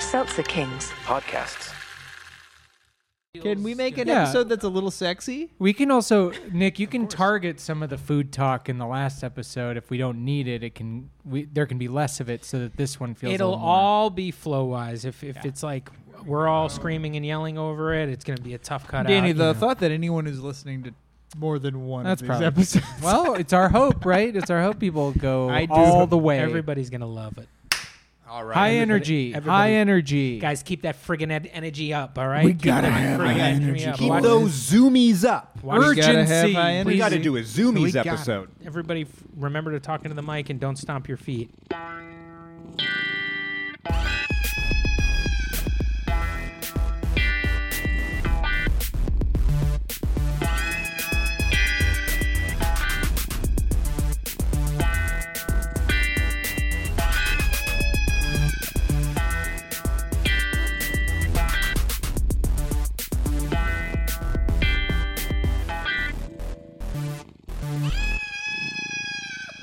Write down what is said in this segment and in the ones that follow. Seltzer Kings. Podcasts. Can we make an Yeah. episode that's a little sexy? We can also, Nick, you can target some of the food talk in the last episode. If we don't need it, it can we there can be less of it, so that this one feels. a It'll little more- all be flow wise. If if it's like we're all screaming and yelling over it, it's gonna be a tough cut. Danny, out, the you know. thought that anyone is listening to more than one That's of these probably- episodes. Well, it's our hope, right? It's our hope people go I do all hope the way. Everybody's gonna love it, all right. high energy, everybody- high energy. guys. Keep that friggin' ed- energy up, all right? We gotta have high energy. Keep those zoomies up. We gotta have Urgency, high energy. We please. got to do a We zoomies got- episode. Everybody, f- remember to talk into the mic and don't stomp your feet.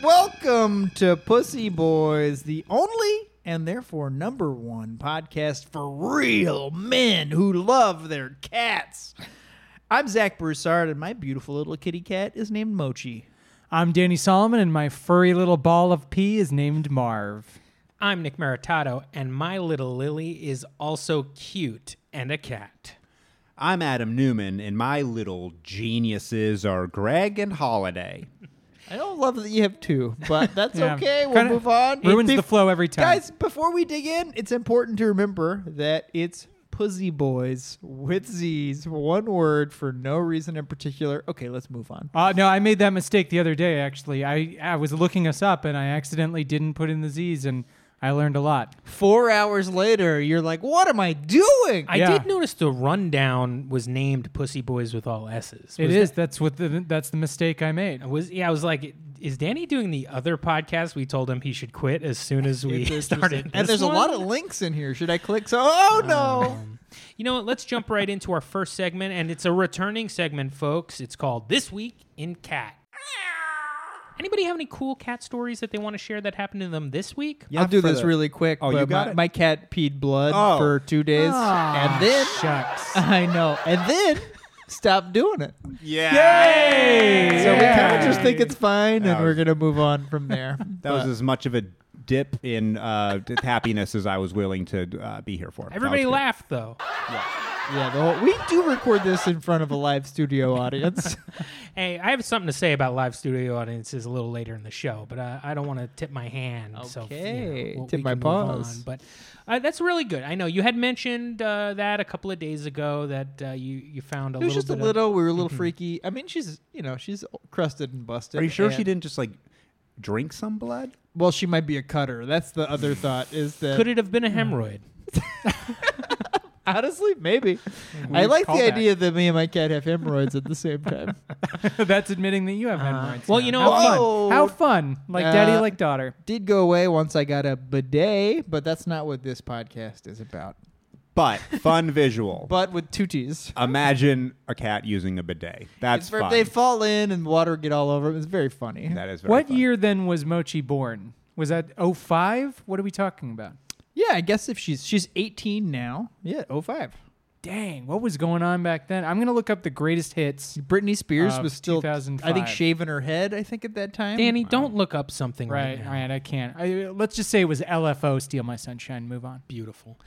Welcome to Pussy Boys, the only and therefore number one podcast for real men who love their cats. I'm Zach Broussard, and my beautiful little kitty cat is named Mochi. I'm Danny Solomon, and my furry little ball of pee is named Marv. I'm Nick Maritato, and my little Lily is also cute and a cat. I'm Adam Newman, and my little geniuses are Greg and Holiday. I don't love that you have two, but that's Yeah. okay. We'll Kinda move on. ruins Bef- the flow every time. Guys, before we dig in, it's important to remember that it's Pussy Boys with Z's, one word for no reason in particular. Okay, let's move on. Uh, no, I made that mistake the other day. Actually, I I was looking us up, and I accidentally didn't put in the Z's, and I learned a lot. Four hours later, you're like, what am I doing? I Yeah. did notice the rundown was named "Pussy Boys with All S's." It Was is. That's what the that's the mistake I made. I was yeah, I was like, is Danny doing the other podcast? We told him he should quit as soon as we started. and this there's a lot one? of links in here. Should I click? So, oh no. You know what? Let's jump right into our first segment, and it's a returning segment, folks. It's called This Week in Cat. Anybody have any cool cat stories that they want to share that happened to them this week? I'll do for this the- really quick. Oh, but you got my, it? my cat peed blood Oh. for two days, and then Shucks. I know, and then stopped doing it. Yeah. So we kind of Yeah. just think it's fine, and Oh. we're gonna move on from there. That was as much of a dip in uh, d- happiness as I was willing to uh, be here for. That Everybody was good. laughed though. Yeah, the whole, we do record this in front of a live studio audience. Hey, I have something to say about live studio audiences a little later in the show, but uh, I don't want to tip my hand. So, you Okay, we'll- tip we my can move on. paws. But uh, that's really good. I know you had mentioned uh, that a couple of days ago that uh, you you found a it was little just a bit of- little. We were a little freaky. I mean, she's you know she's crusted and busted. Mhm. Are you sure she and- didn't just like drink some blood? Well, she might be a cutter. That's the other thought. Is that Could it have Hmm. been a hemorrhoid? honestly maybe? Mm-hmm. I like the callback. idea that me and my cat have hemorrhoids at the same time. that's admitting that you have hemorrhoids. Uh-huh. well, now. you know- how Whoa. fun. How fun. Like daddy, Uh, like daughter. Did go away once I got a bidet, but that's not what this podcast is about. But fun visual. But with tooties. Imagine a cat using a bidet. That's It's where fun. they fall in and water get all over them. It's very funny. that is very What fun. year then was Mochi born? Was that 05? What are we talking about? yeah, I guess if she's she's 18 now. Yeah, 05. Dang, what was going on back then? I'm gonna look up the greatest hits. Britney Spears Of was still, I think, 2005. shaving her head. I think at that time. Danny, don't look up something right, Right, now. all right, I can't. I, let's just say it was LFO, Steal My Sunshine. Move on. Beautiful.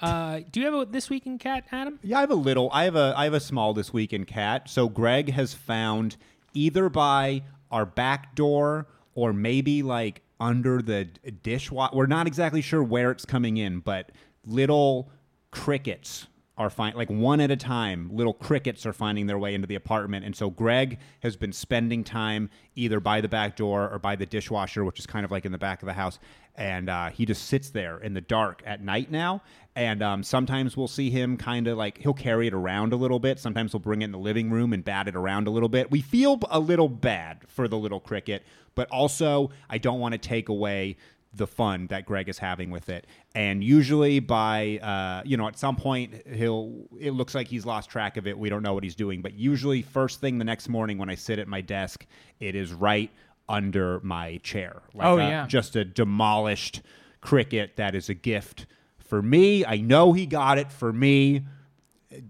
Uh, do you have a this week in cat, Adam? Yeah, I have a little. I have a I have a small this week in cat. So Greg has found either by our back door or maybe like under the dishwasher. We're not exactly sure where it's coming in, but little crickets are finding like one at a time. Little crickets are finding their way into the apartment, and so Greg has been spending time either by the back door or by the dishwasher, which is kind of like in the back of the house and uh, he just sits there in the dark at night now. And um, sometimes we'll see him kind of like he'll carry it around a little bit. Sometimes we'll bring it in the living room and bat it around a little bit. We feel a little bad for the little cricket, but also I don't want to take away the fun that Greg is having with it. And usually by uh, you know at some point he'll it looks like he's lost track of it. We don't know what he's doing, but usually first thing the next morning when I sit at my desk, it is right under my chair. Like uh, Oh, a- yeah. just a demolished cricket that is a gift for me. I know he got it for me.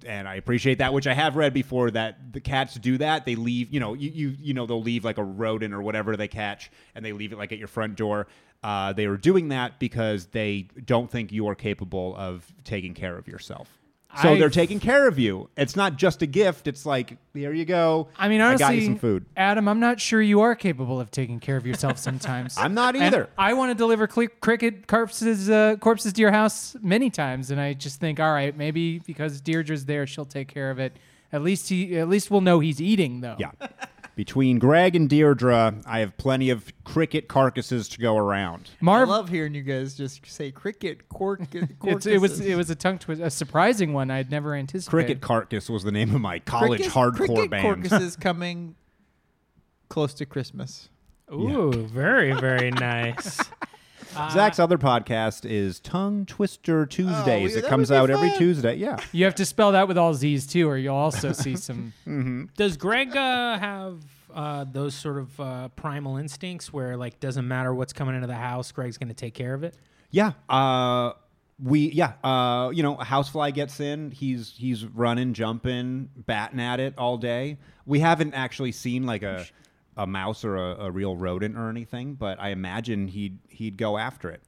And I appreciate that, which I have read before that the cats do that. They leave, you know, you you, you know, they'll leave like a rodent or whatever they catch, and they leave it like at your front door. Uh, they were doing that because they don't think you are capable of taking care of yourself. So I- they're taking care of you. It's not just a gift. It's like here you go. I mean, honestly, I got you some food. Adam, I'm not sure you are capable of taking care of yourself sometimes. I'm not And either. I want to deliver cli cricket corpses, uh, corpses to your house many times, and I just think, all right, maybe because Deirdre's there, she'll take care of it. At least he, at least we'll know he's eating though. Yeah. Between Greg and Deirdre, I have plenty of cricket carcasses to go around. Marv, I love hearing you guys just say cricket, cork, uh, it's, it was it was a tongue twist, a surprising one I'd never anticipated. Cricket Carcass was the name of my college Cricket- hardcore cricket band. Corcus is coming close to Christmas. Ooh, very, very nice. Zach's other podcast is Tongue Twister Tuesdays. we- Oh, it that comes would be out every fun. Tuesday. Yeah. You have to spell that with all Z's too, or you'll also see some. Does Greg uh, have uh, those sort of uh, primal instincts where, like, doesn't matter what's coming into the house, Greg's going to take care of it? Yeah. Uh, we yeah. Uh, you know, a housefly gets in. He's he's running, jumping, batting at it all day. We haven't actually seen like a a mouse or a, a real rodent or anything, but I imagine he'd he'd go after it.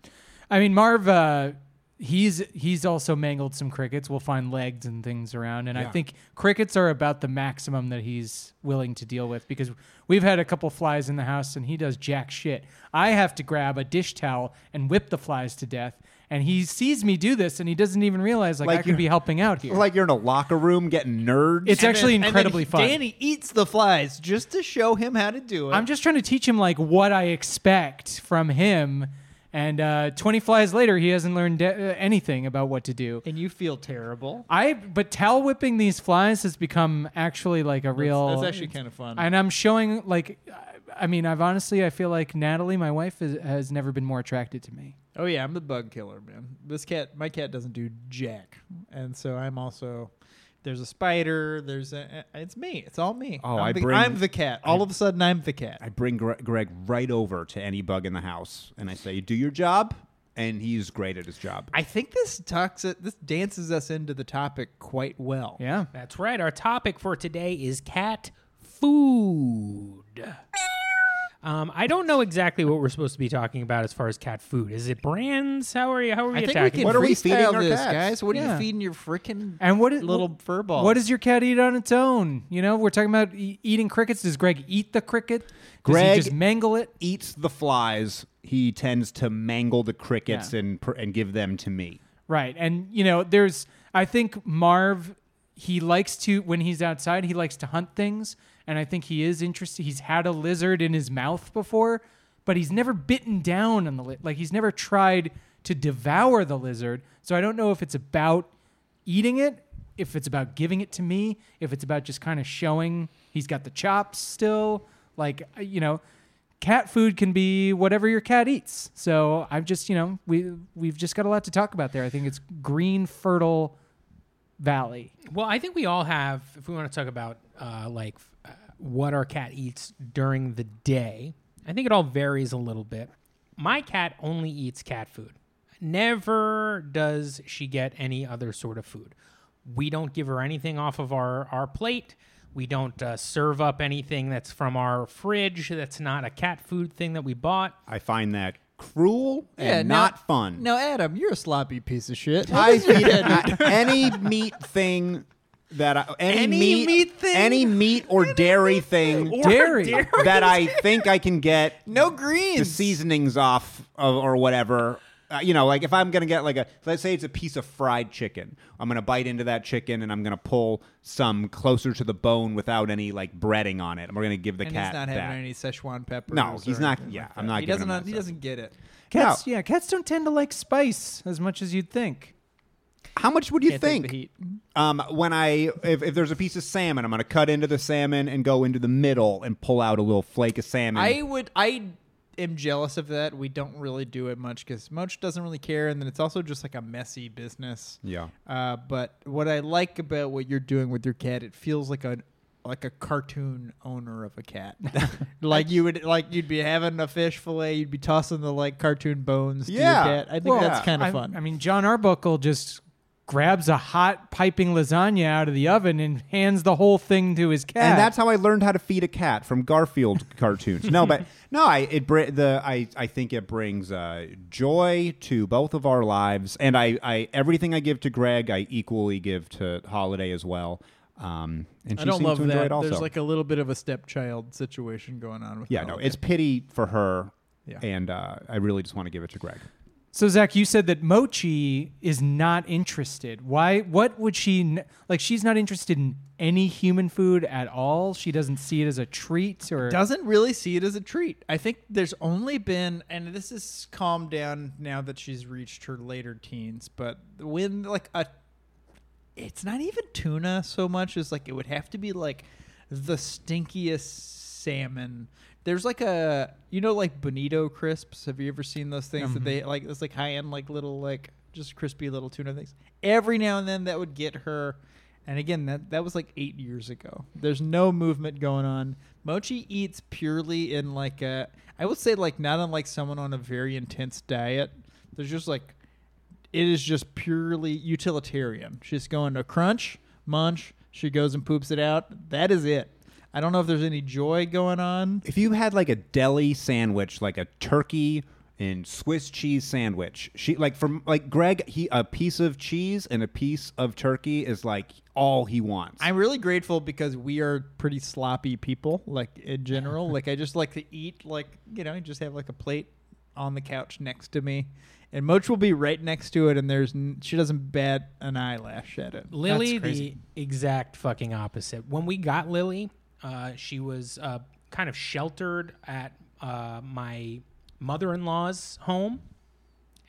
I mean, Marv, uh, he's he's also mangled some crickets. We'll find legs and things around, and I think crickets are about the maximum that he's willing to deal with because we've had a couple flies in the house, and he does jack shit. I have to grab a dish towel and whip the flies to death, and he sees me do this, and he doesn't even realize like, Like I could be helping out here. Like you're in a locker room getting nerds. it's actually And then- and then incredibly fun. Danny eats the flies just to show him how to do it. I'm just trying to teach him like what I expect from him. And uh, 20 flies later, he hasn't learned uh, anything about what to do. and you feel terrible. I but towel whipping these flies has become actually like a real. that's actually kinda fun. And I'm showing like, I- I mean, I've honestly I feel like Natalie, my wife, is, has never been more attracted to me. Oh yeah, I'm the bug killer, man. This cat, my cat doesn't do jack, and so I'm also. There's a spider. There's a. It's me. It's all me. Oh, I'm I the, bring- I'm the cat. All of a sudden, I'm the cat. I bring Gre- Greg right over to any bug in the house, and I say, "Do your job," and he's great at his job. I think this talks. This dances us into the topic quite well. Yeah. That's right. Our topic for today is cat food. Um, I don't know exactly what we're supposed to be talking about as far as cat food. Is it brands? How are you? How are we I think we attacking? can What are we feeding freestyle our this, cats? guys. What are Yeah. you feeding your freaking And what is little fur balls? What does your cat eat on its own? You know, we're talking about e- eating crickets. Does Greg eat the cricket? Does Greg- he just mangle it? Eats the flies. He tends to mangle the crickets Yeah. and pr- and give them to me. Right. And you know, there's I think Marv he likes to when he's outside, he likes to hunt things and I think he is interested. He's had a lizard in his mouth before, but he's never bitten down on the li- like he's never tried to devour the lizard. So I don't know if it's about eating it, if it's about giving it to me, if it's about just kind of showing he's got the chops still, like uh, you know, cat food can be whatever your cat eats. So I've just, you know, we we've just got a lot to talk about there. I think it's green fertile valley. Well, I think we all have. If we want to talk about uh, like uh, what our cat eats during the day, I think it all varies a little bit. My cat only eats cat food. Never does she get any other sort of food. We don't give her anything off of our our plate. We don't uh, serve up anything that's from our fridge. That's not a cat food thing that we bought. I find that cruel Yeah, and now- not fun. Now, Adam, you're a sloppy piece of shit. I feed it any meat thing that I, any, Any meat thing? any meat or dairy thing Dairy. that I think I can get no the greens. seasonings off of, or whatever. Uh, you know, like if I'm gonna get like a let's say it's a piece of fried chicken, I'm gonna bite into that chicken and I'm gonna pull some closer to the bone without any like breading on it. I'm gonna give the and cat he's not that. having any Szechuan peppers. No, he's or not- anything yeah, like I'm that. not He giving doesn't. him un- that he stuff. doesn't get it. Cats, yeah, cats don't tend to like spice as much as you'd think. How much would you Can't take think? the heat. Um, when I if, if there's a piece of salmon, I'm gonna cut into the salmon and go into the middle and pull out a little flake of salmon. I would. I am jealous of that. We don't really do it much because Moch doesn't really care, and then it's also just like a messy business. yeah. Uh, but what I like about what you're doing with your cat, it feels like an like a cartoon owner of a cat. like you would like you'd be having a fish fillet, you'd be tossing the like cartoon bones Yeah. to your cat. I think Well, that's yeah. kind I, of fun. I mean, John Arbuckle just grabs a hot piping lasagna out of the oven and hands the whole thing to his cat. And that's how I learned how to feed a cat from Garfield cartoons. No, but no, I it br- the I I think it brings uh, joy to both of our lives, and I I everything I give to Greg, I equally give to Holiday as well. Um, and she I don't seems love to enjoy that. it also. There's like a little bit of a stepchild situation going on with yeah, no, Holiday. it's pity for her, Yeah. and uh, I really just want to give it to Greg. so, Zach, you said that Mochi is not interested. Why? What would she n- like? She's not interested in any human food at all. She doesn't see it as a treat or. doesn't really see it as a treat. I think there's only been, and this is calmed down now that she's reached her later teens, but when like a, it's not even tuna so much as like it would have to be like the stinkiest salmon. There's like a you know like bonito crisps. Have you ever seen those things that they like? It's like high end like little like just crispy little tuna things. Every now and then that would get her. And again, that that was like eight years ago. There's no movement going on. Mochi eats purely in like a, I would say like not unlike someone on a very intense diet. There's just like, it is just purely utilitarian. She's going to crunch, munch. She goes and poops it out. That is it. I don't know if there's any joy going on. If you had like a deli sandwich, like a turkey and Swiss cheese sandwich, she like from like Greg, he a piece of cheese and a piece of turkey is like all he wants. I'm really grateful because we are pretty sloppy people, like in general. like I just like to eat, like you know, just have like a plate on the couch next to me, and Moch will be right next to it, and there's n- she doesn't bat an eyelash at it. Lily, That's crazy. the exact fucking opposite. When we got Lily, uh, she was uh, kind of sheltered at uh, my mother in law's home.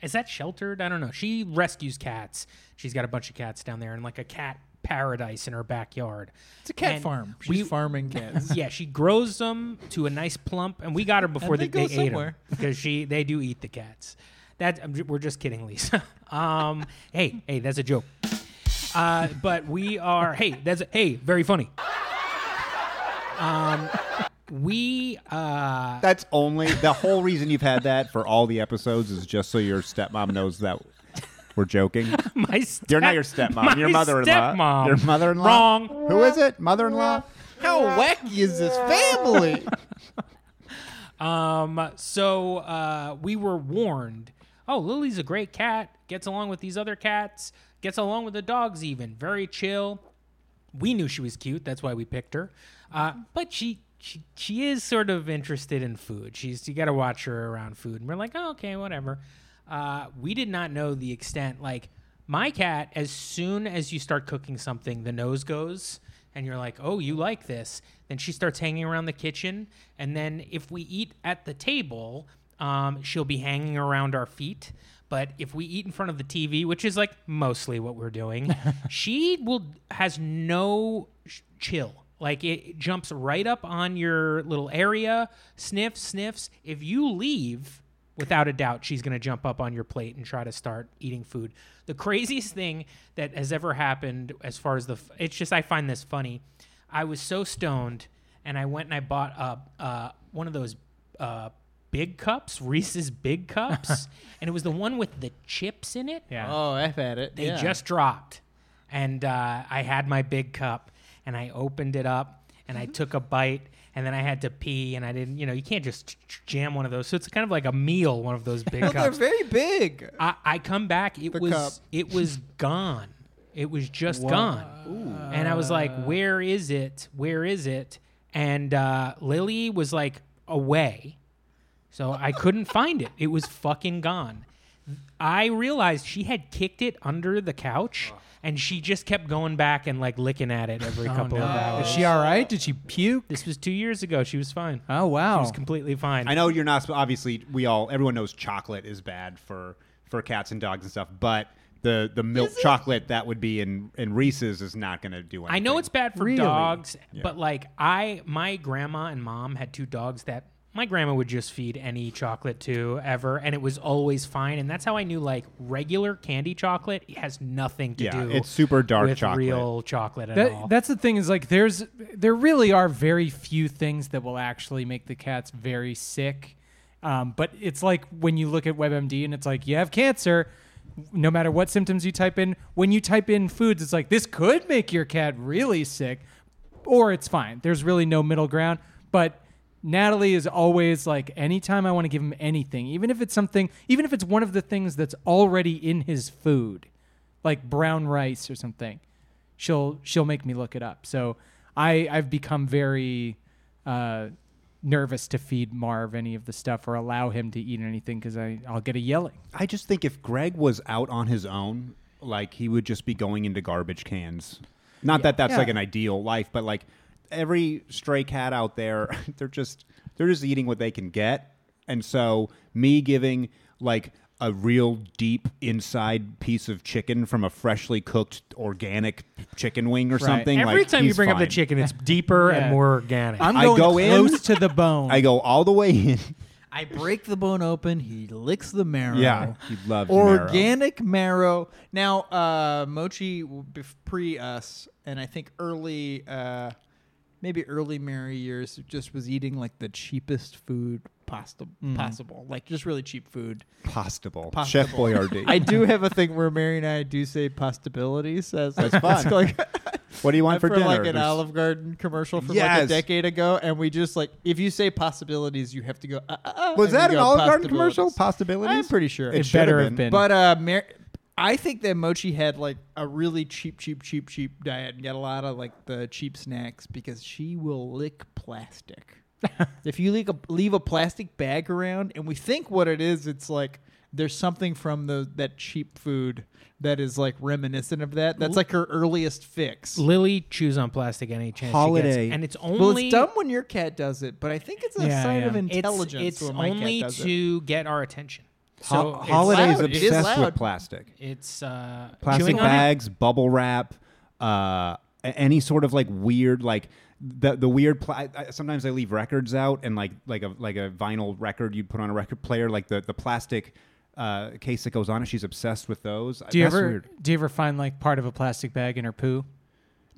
Is that sheltered? I don't know. She rescues cats. She's got a bunch of cats down there and like a cat paradise in her backyard. It's a cat And farm. She's we- farming cats. yeah, she grows them to a nice plump, and we got her before And they go they, they, ate somewhere. her because she they do eat the cats. That I'm ju- we're just kidding, Lisa. Um, hey, hey, that's a joke. Uh, but we are hey, that's a, hey, very funny. Um, we uh, That's only the whole reason you've had that for all the episodes is just so your stepmom knows that we're joking. my You're not step- your my stepmom, your mother-in-law. stepmom. Your mother-in-law. Wrong. Who is it? Mother-in-law. How wacky is this family? Um, so uh, we were warned. Oh, Lily's a great cat. Gets along with these other cats. Gets along with the dogs. Even very chill. We knew she was cute. That's why we picked her. Uh, but she, she she is sort of interested in food. She's you got to watch her around food. And we're like, oh, okay, whatever. Uh, we did not know the extent. Like my cat, as soon as you start cooking something, the nose goes and you're like, oh, you like this, then she starts hanging around the kitchen. And then if we eat at the table, um, she'll be hanging around our feet. But if we eat in front of the TV, which is like mostly what we're doing, she will has no sh- chill. Like it jumps right up on your little area, sniffs, sniffs. If you leave, without a doubt, she's going to jump up on your plate and try to start eating food. The craziest thing that has ever happened, as far as the, f- it's just I find this funny. I was so stoned, and I went and I bought uh, uh, one of those uh, big cups, Reese's big cups, and it was the one with the chips in it. Yeah. oh, I've had it. They yeah. just dropped, and uh, I had my big cup, and I opened it up, and Mm-hmm. I took a bite, and then I had to pee, and I didn't. You know, you can't just ch- ch- jam one of those. So it's kind of like a meal, one of those big Well, they're cups. very big. I, I come back, it The was cup. it was gone. It was just gone, and I was like, "Where is it? Where is it?" And uh, Lily was like, "Away." So I couldn't find it. It was fucking gone. I realized she had kicked it under the couch and she just kept going back and like licking at it Oh, every couple of Is hours. she all right? Did she puke? this was two years ago. She was fine. She Oh wow! was completely fine. I know you're not. sp- Obviously, we all everyone knows chocolate is bad for for cats and dogs and stuff, but. The, the milk chocolate that would be in, in Reese's is not going to do anything. I know it's bad for Really? dogs, but like I, my grandma and mom had two dogs that my grandma would just feed any chocolate to ever, and it was always fine. And that's how I knew like regular candy chocolate has nothing to Yeah, do. it's super dark with chocolate. real chocolate at all. That, that's the thing is like there's there really are very few things that will actually make the cats very sick. Um, but it's like when you look at WebMD and it's like you have cancer. No matter what symptoms you type in, when you type in foods, it's like this could make your cat really sick, or it's fine. There's really no middle ground. But Natalie is always like, anytime I want to give him anything, even if it's something, even if it's one of the things that's already in his food, like brown rice or something, she'll she'll make me look it up. So I I've become very uh, nervous to feed Marv any of the stuff or allow him to eat anything because I I'll get a yelling. I just think if Greg was out on his own, like he would just be going into garbage cans. Not that that's Yeah. like an ideal life, but like every stray cat out there, they're just they're just eating what they can get. And so me giving like a real deep inside piece of chicken from a freshly cooked organic chicken wing or something. Every like, time you he's bring up the fine. chicken, it's deeper Yeah. and more organic. I'm I going go in, close to the bone. I go all the way in. I break the bone open. He licks the marrow. yeah, he loves marrow. organic marrow. Now, uh, Mochi w- bef- pre us, and I think early, uh, maybe early Mary years, just was eating like the cheapest food possible, Mm-hmm. possible, like just really cheap food. Postable. Postable. Chef Boyardee. I do have a thing where Mary and I do say possibilities. As That's like, fun. it's like- what do you want for for, dinner? like an There's- Olive Garden commercial from like a Yes. decade ago, and we just like if you say possibilities, you have to go. Uh, uh, uh, and Was we that an go, Olive Garden commercial? "Possibilities." Possibilities? I'm pretty sure. It It should better have have been. been. But uh, Mar- I think that Mochi had like a really cheap, cheap, cheap, cheap diet and got a lot of like the cheap snacks because she will lick plastic. if you leave a, leave a plastic bag around, and we think what it is, it's like there's something from the that cheap food that is like reminiscent of that. That's like her earliest fix. Lily chews on plastic any chance she Holiday. gets, and it's only Well, it's dumb when your cat does it, but I think it's a Yeah, sign of yeah. it's- intelligence It's, when my only cat does it. to get our attention. So Ho- it's- Holiday is loud. It is obsessed loud. with plastic. It's uh, Plastic chewing on it? bags, bubble wrap, uh, a- any sort of like weird like the the weird pla- I, sometimes they leave records out and like like a like a vinyl record you put on a record player like the the plastic uh, case that goes on it she's obsessed with those. do you That's ever weird. do you ever find like part of a plastic bag in her poo?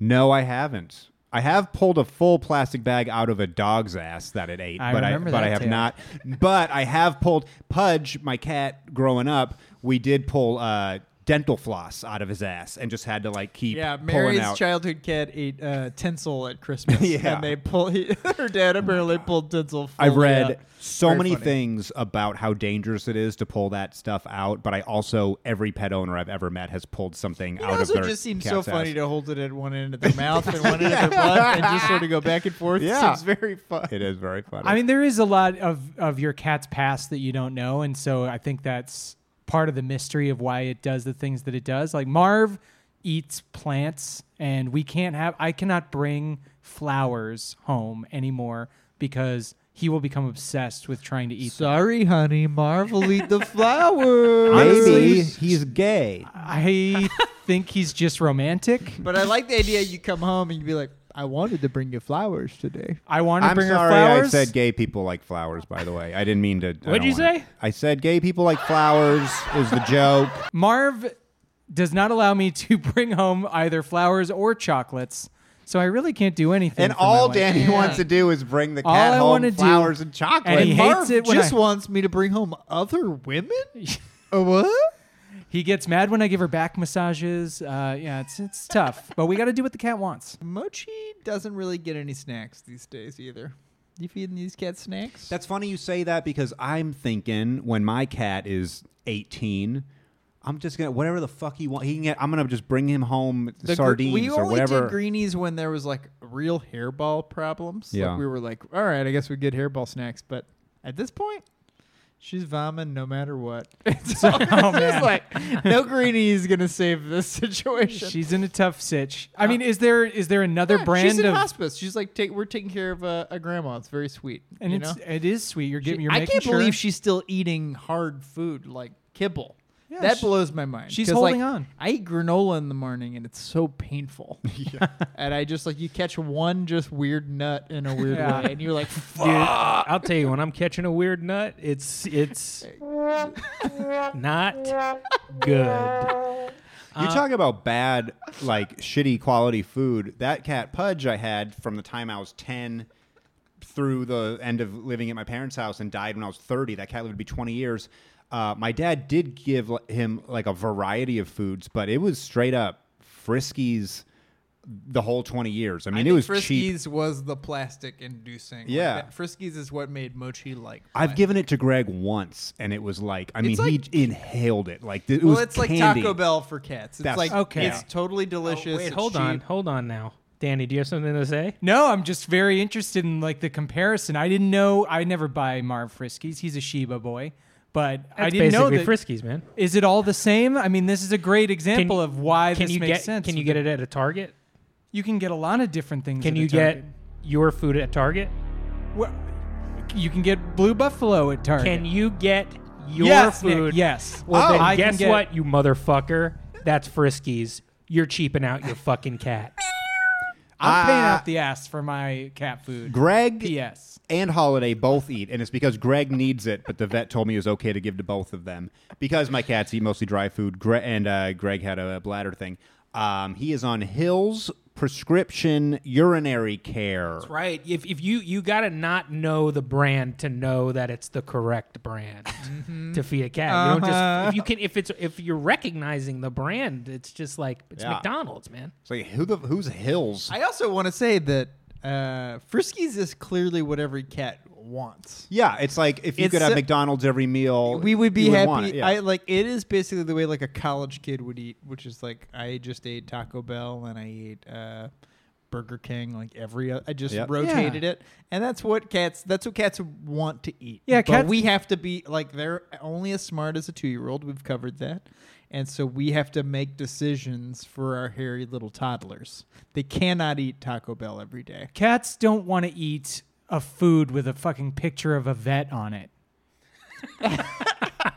No, I haven't. I have pulled a full plastic bag out of a dog's ass that it ate, I but I remember but that I have tale. not. But I have pulled Pudge, my cat, growing up. We did pull uh, dental floss out of his ass and just had to like keep Yeah, pulling Mary's out. childhood cat ate uh, tinsel at Christmas, Yeah. and they pull he, her dad apparently pulled tinsel. I've fully read out. so Very many funny. things about how dangerous it is to pull that stuff out, but I also every pet owner I've ever met has pulled something It out of also their just seems so cat's funny ass. to hold it at one end of their mouth and one end of their butt, and just sort of go back and forth. Yeah. seems very fun. It is very funny. I mean, there is a lot of of your cat's past that you don't know, and so I think that's part of the mystery of why it does the things that it does. Like Marv eats plants, and we can't have. I cannot bring flowers home anymore because he will become obsessed with trying to eat. them. Sorry, honey, Marv will eat the flowers. Maybe he's gay. I think he's just romantic. but I like the idea. You come home and you'd be like, "I wanted to bring you flowers today." I want to I'm bring sorry her flowers. I said gay people like flowers, by the way. I didn't mean to. I What'd don't you wanna- say? I said gay people like flowers is the joke. Marv does not allow me to bring home either flowers or chocolates, so I really can't do anything. and for my all wife. Danny Yeah. wants to do is bring the All cat I home wanna do- flowers and chocolate. And he hates Marv it when just I- wants me to bring home other women. Uh, what? He gets mad when I give her back massages. Uh, yeah, it's it's tough, but we got to do what the cat wants. Mochi doesn't really get any snacks these days either. You feeding these cats snacks? That's funny you say that because I'm thinking when my cat is 18, I'm just gonna whatever the fuck he wants. He can get. I'm gonna just bring him home The gr- sardines we or only whatever. did greenies when there was like real hairball problems. Yeah. Like we were like, all right, I guess we get hairball snacks, but at this point, she's vomiting no matter what. It's Oh, just like no greenie is gonna save this situation. She's in a tough sitch. Uh, I mean, is there is there another Yeah, brand she's in of hospice. She's like, take, we're taking care of uh, a, a grandma. It's very sweet. and you it's know? it is sweet. You're getting She- you're I making can't sure. believe she's still eating hard food like kibble. Yeah, that she- blows my mind. she's 'Cause, like, holding on. I eat granola in the morning and it's so painful. and I just like you catch one just weird nut in a weird Yeah. way, and you're like, Dude, I'll tell you when I'm catching a weird nut, it's it's not good. You Uh, talk about bad, like shitty quality food. That cat Pudge I had from the time I was 10 through the end of living at my parents' house and died when I was 30. That cat lived to be 20 years. Uh, my dad did give l- him like a variety of foods, but it was straight up Friskies the whole 20 years. I mean, it was Friskies cheap. was the plastic inducing. like, Yeah. that- Friskies is what made mochi like. I've given it to Greg once, and it was like, I mean, It's like- he inhaled it. Like, th- it well, was it's candy. like Taco Bell for cats. It's That's- like Okay. it's totally delicious. Wait, it's hold on, cheap. hold on now, Danny. Do you have something to say? No, I'm just very interested in like the comparison. I didn't know. I never buy Marv Friskies. He's a Sheba boy, but I That's didn't know basically that. Friskies, man. is it all the same? I mean, this is a great example of why Can this you makes get sense. can you with get the- it at a Target? You can get a lot of different things. Can at a you get Target. your food at Target? Well, you can get Blue Buffalo at Target. Can you get your yes, Nick, food? yes. Well, Oh. then I can guess get- what, you motherfucker? That's Friskies. You're cheaping out your fucking cat. I'm paying Uh, Ah. out the ass for my cat food. Greg P.S. and Holiday both eat, and it's because Greg needs it, but the vet told me it was okay to give to both of them because my cats eat mostly dry food. Gre- and uh, Greg had a bladder thing. Um, he is on Hill's prescription urinary care. Right. If, if you you gotta not know the brand to know that it's the correct brand to feed a cat. You don't just if you can if it's if you're recognizing the brand, it's just like it's Yeah. McDonald's, man. So who the who's Hill's? I also want to say that uh, Friskies is clearly what every cat wants. yeah, it's like if you It's could have so- McDonald's every meal, We would be you happy. want it, yeah. I like it is basically the way like a college kid would eat, which is like I just ate Taco Bell and I ate uh, Burger King. Like every o- I just Yep. rotated it, and that's what cats. That's what cats want to eat. Yeah, but cats- we have to be like they're only as smart as a two year old. We've covered that. And so we have to make decisions for our hairy little toddlers. They cannot eat Taco Bell every day. Cats don't want to eat a food with a fucking picture of a vet on it.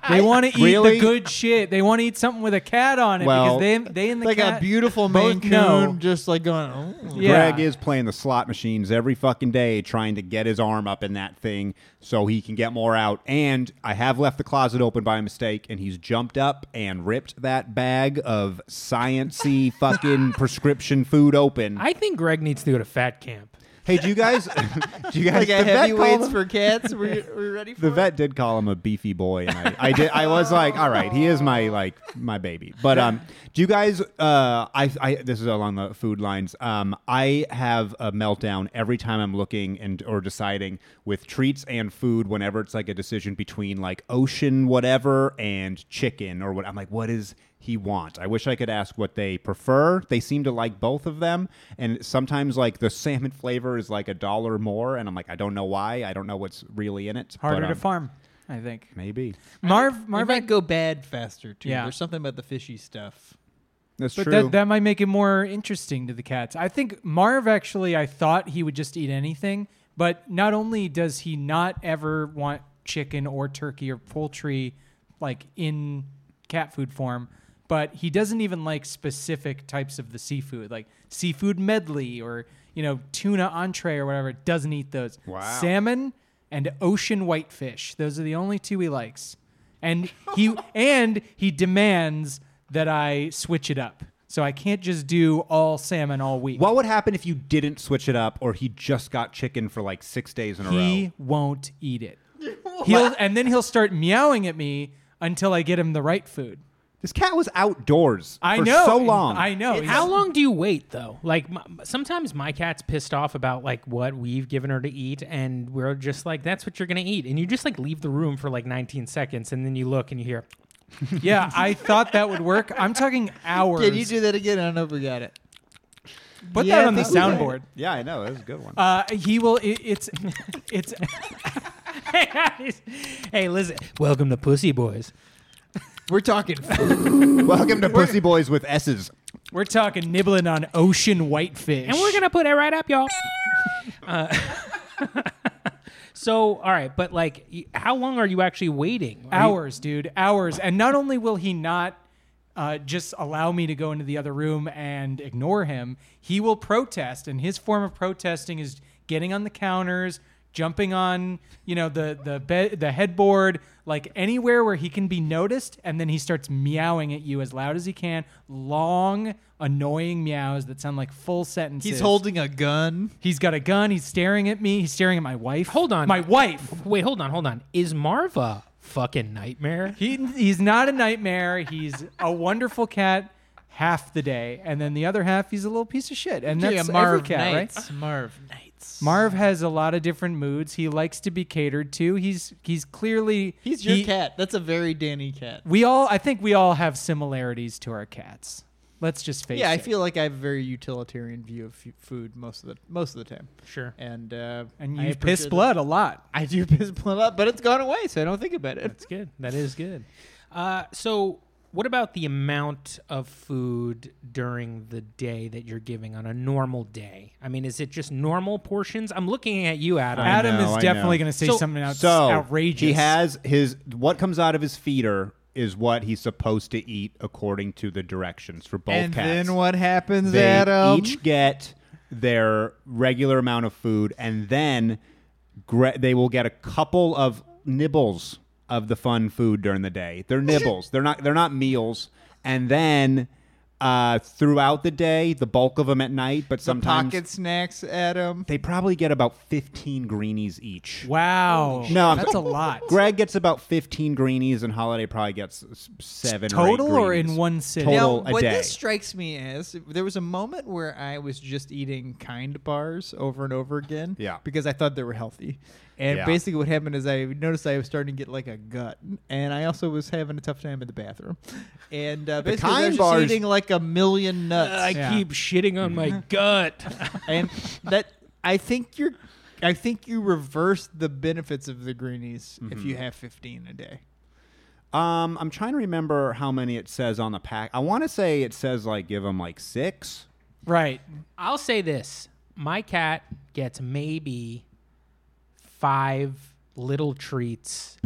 they want to eat Really? the good shit. They want to eat something with a cat on it Well- because they they and the like cat a beautiful Maine both Coon, know. just like going. "Oh." Yeah. Greg is playing the slot machines every fucking day, trying to get his arm up in that thing so he can get more out. And I have left the closet open by mistake, and he's jumped up and ripped that bag of sciency fucking prescription food open. I think Greg needs to go to fat camp. hey, do you guys? do you guys? like a the vet heavyweights called him- for cats. Were you, were you ready for the it? vet did call him a beefy boy, and I, I did. I was like, all right, he is my like my baby. But um, do you guys? Uh, I, I this is along the food lines. Um, I have a meltdown every time I'm looking and or deciding with treats and food. Whenever it's like a decision between like ocean whatever and chicken or what, I'm like, what is he want? I wish I could ask what they prefer. They seem to like both of them, and sometimes like the salmon flavor is like a dollar more, and I'm like, I don't know why. I don't know what's really in it. harder but, to um, farm, I think. Maybe Marv They Marv might go bad faster too. Yeah. There's something about the fishy stuff. that's But true. that, that might make it more interesting to the cats. I think Marv actually, I thought he would just eat anything, but not only does he not ever want chicken or turkey or poultry like in cat food form, but he doesn't even like specific types of the seafood, like seafood medley or, you know, tuna entree or whatever. Doesn't eat those. Wow. Salmon and ocean whitefish. Those are the only two he likes and he and he demands that I switch it up. So I can't just do all salmon all week. what would happen if you didn't switch it up, or he just got chicken for like six days in a he row? won't eat it. He'll and then he'll start meowing at me until I get him the right food. This cat was outdoors I for know so long. I know. He's- How long do you wait though? Like my, sometimes my cat's pissed off about like what we've given her to eat, and we're just like, "That's what you're gonna eat," and you just like leave the room for like 19 seconds, and then you look and you hear, Yeah, I thought that would work. I'm talking hours. Did you do that again? I don't know if we got it. Put Yeah, that on the I think we did. soundboard. Yeah, I know. That was a good one. Uh, he will. It, it's it's "Hey guys, hey listen, welcome to Pussy Boys." We're talking. food. Welcome to Pussy Boys with S's. we're talking nibbling on ocean whitefish. And we're gonna put it right up, y'all. uh, So, all right, but like, y- how long are you actually waiting? Are you- hours, dude, hours. And not only will he not uh, just allow me to go into the other room and ignore him, he will protest, and his form of protesting is getting on the counters, jumping on, you know, the the bed, the headboard, like anywhere where he can be noticed, and then he starts meowing at you as loud as he can, long, annoying meows that sound like full sentences. He's holding a gun. He's got a gun. He's staring at me. He's staring at my wife. Hold on. my wife. Wait, hold on, hold on. Is Marva fucking nightmare? He, he's not a nightmare. He's a wonderful cat half the day, and then the other half he's a little piece of shit. And that's every cat, right? Marv Knights. Marv has a lot of different moods. He likes to be catered to. He's he's clearly He's your he- cat. That's a very Danny cat. We all I think we all have similarities to our cats. Let's just face Yeah, it. I feel like I have a very utilitarian view of f- food most of the most of the time, Sure. and uh, and I you piss appreciate blood a lot. that. I do piss blood up, but it's gone away, so I don't think about it. That's good. That is good. Uh, so, what about the amount of food during the day that you're giving on a normal day? I mean, is it just normal portions? I'm looking at you, Adam. I Adam know, I is know. definitely going to say So- something out- so outrageous. He has his what comes out of his feeder is what he's supposed to eat according to the directions for both and cats. then what happens, they Adam? each get their regular amount of food, and then gre- they will get a couple of nibbles of the fun food during the day. They're nibbles. they're not. They're not meals. And then uh, throughout the day, the bulk of them at night, but Some sometimes pocket snacks, Adam. they probably get about fifteen greenies each. wow. No, I'm- that's a lot. Greg gets about 15 greenies, and Holiday probably gets s- seven or eight Total or in greenies. one sitting? Total. Now, a what day. this strikes me as there was a moment where I was just eating kind bars over and over again. Yeah. Because I thought they were healthy. And Yeah. basically what happened is I noticed I was starting to get like a gut. And I also was having a tough time in the bathroom. And uh, basically I Kind was bars- just eating like a million nuts. I Yeah. keep shitting on my gut. and that I think you're I think you reverse the benefits of the greenies if Mm-hmm. you have 15 a day. Um, I'm trying to remember how many it says on the pack. I want to say it says like give them like six. Right. I'll say this: my cat gets maybe five little treats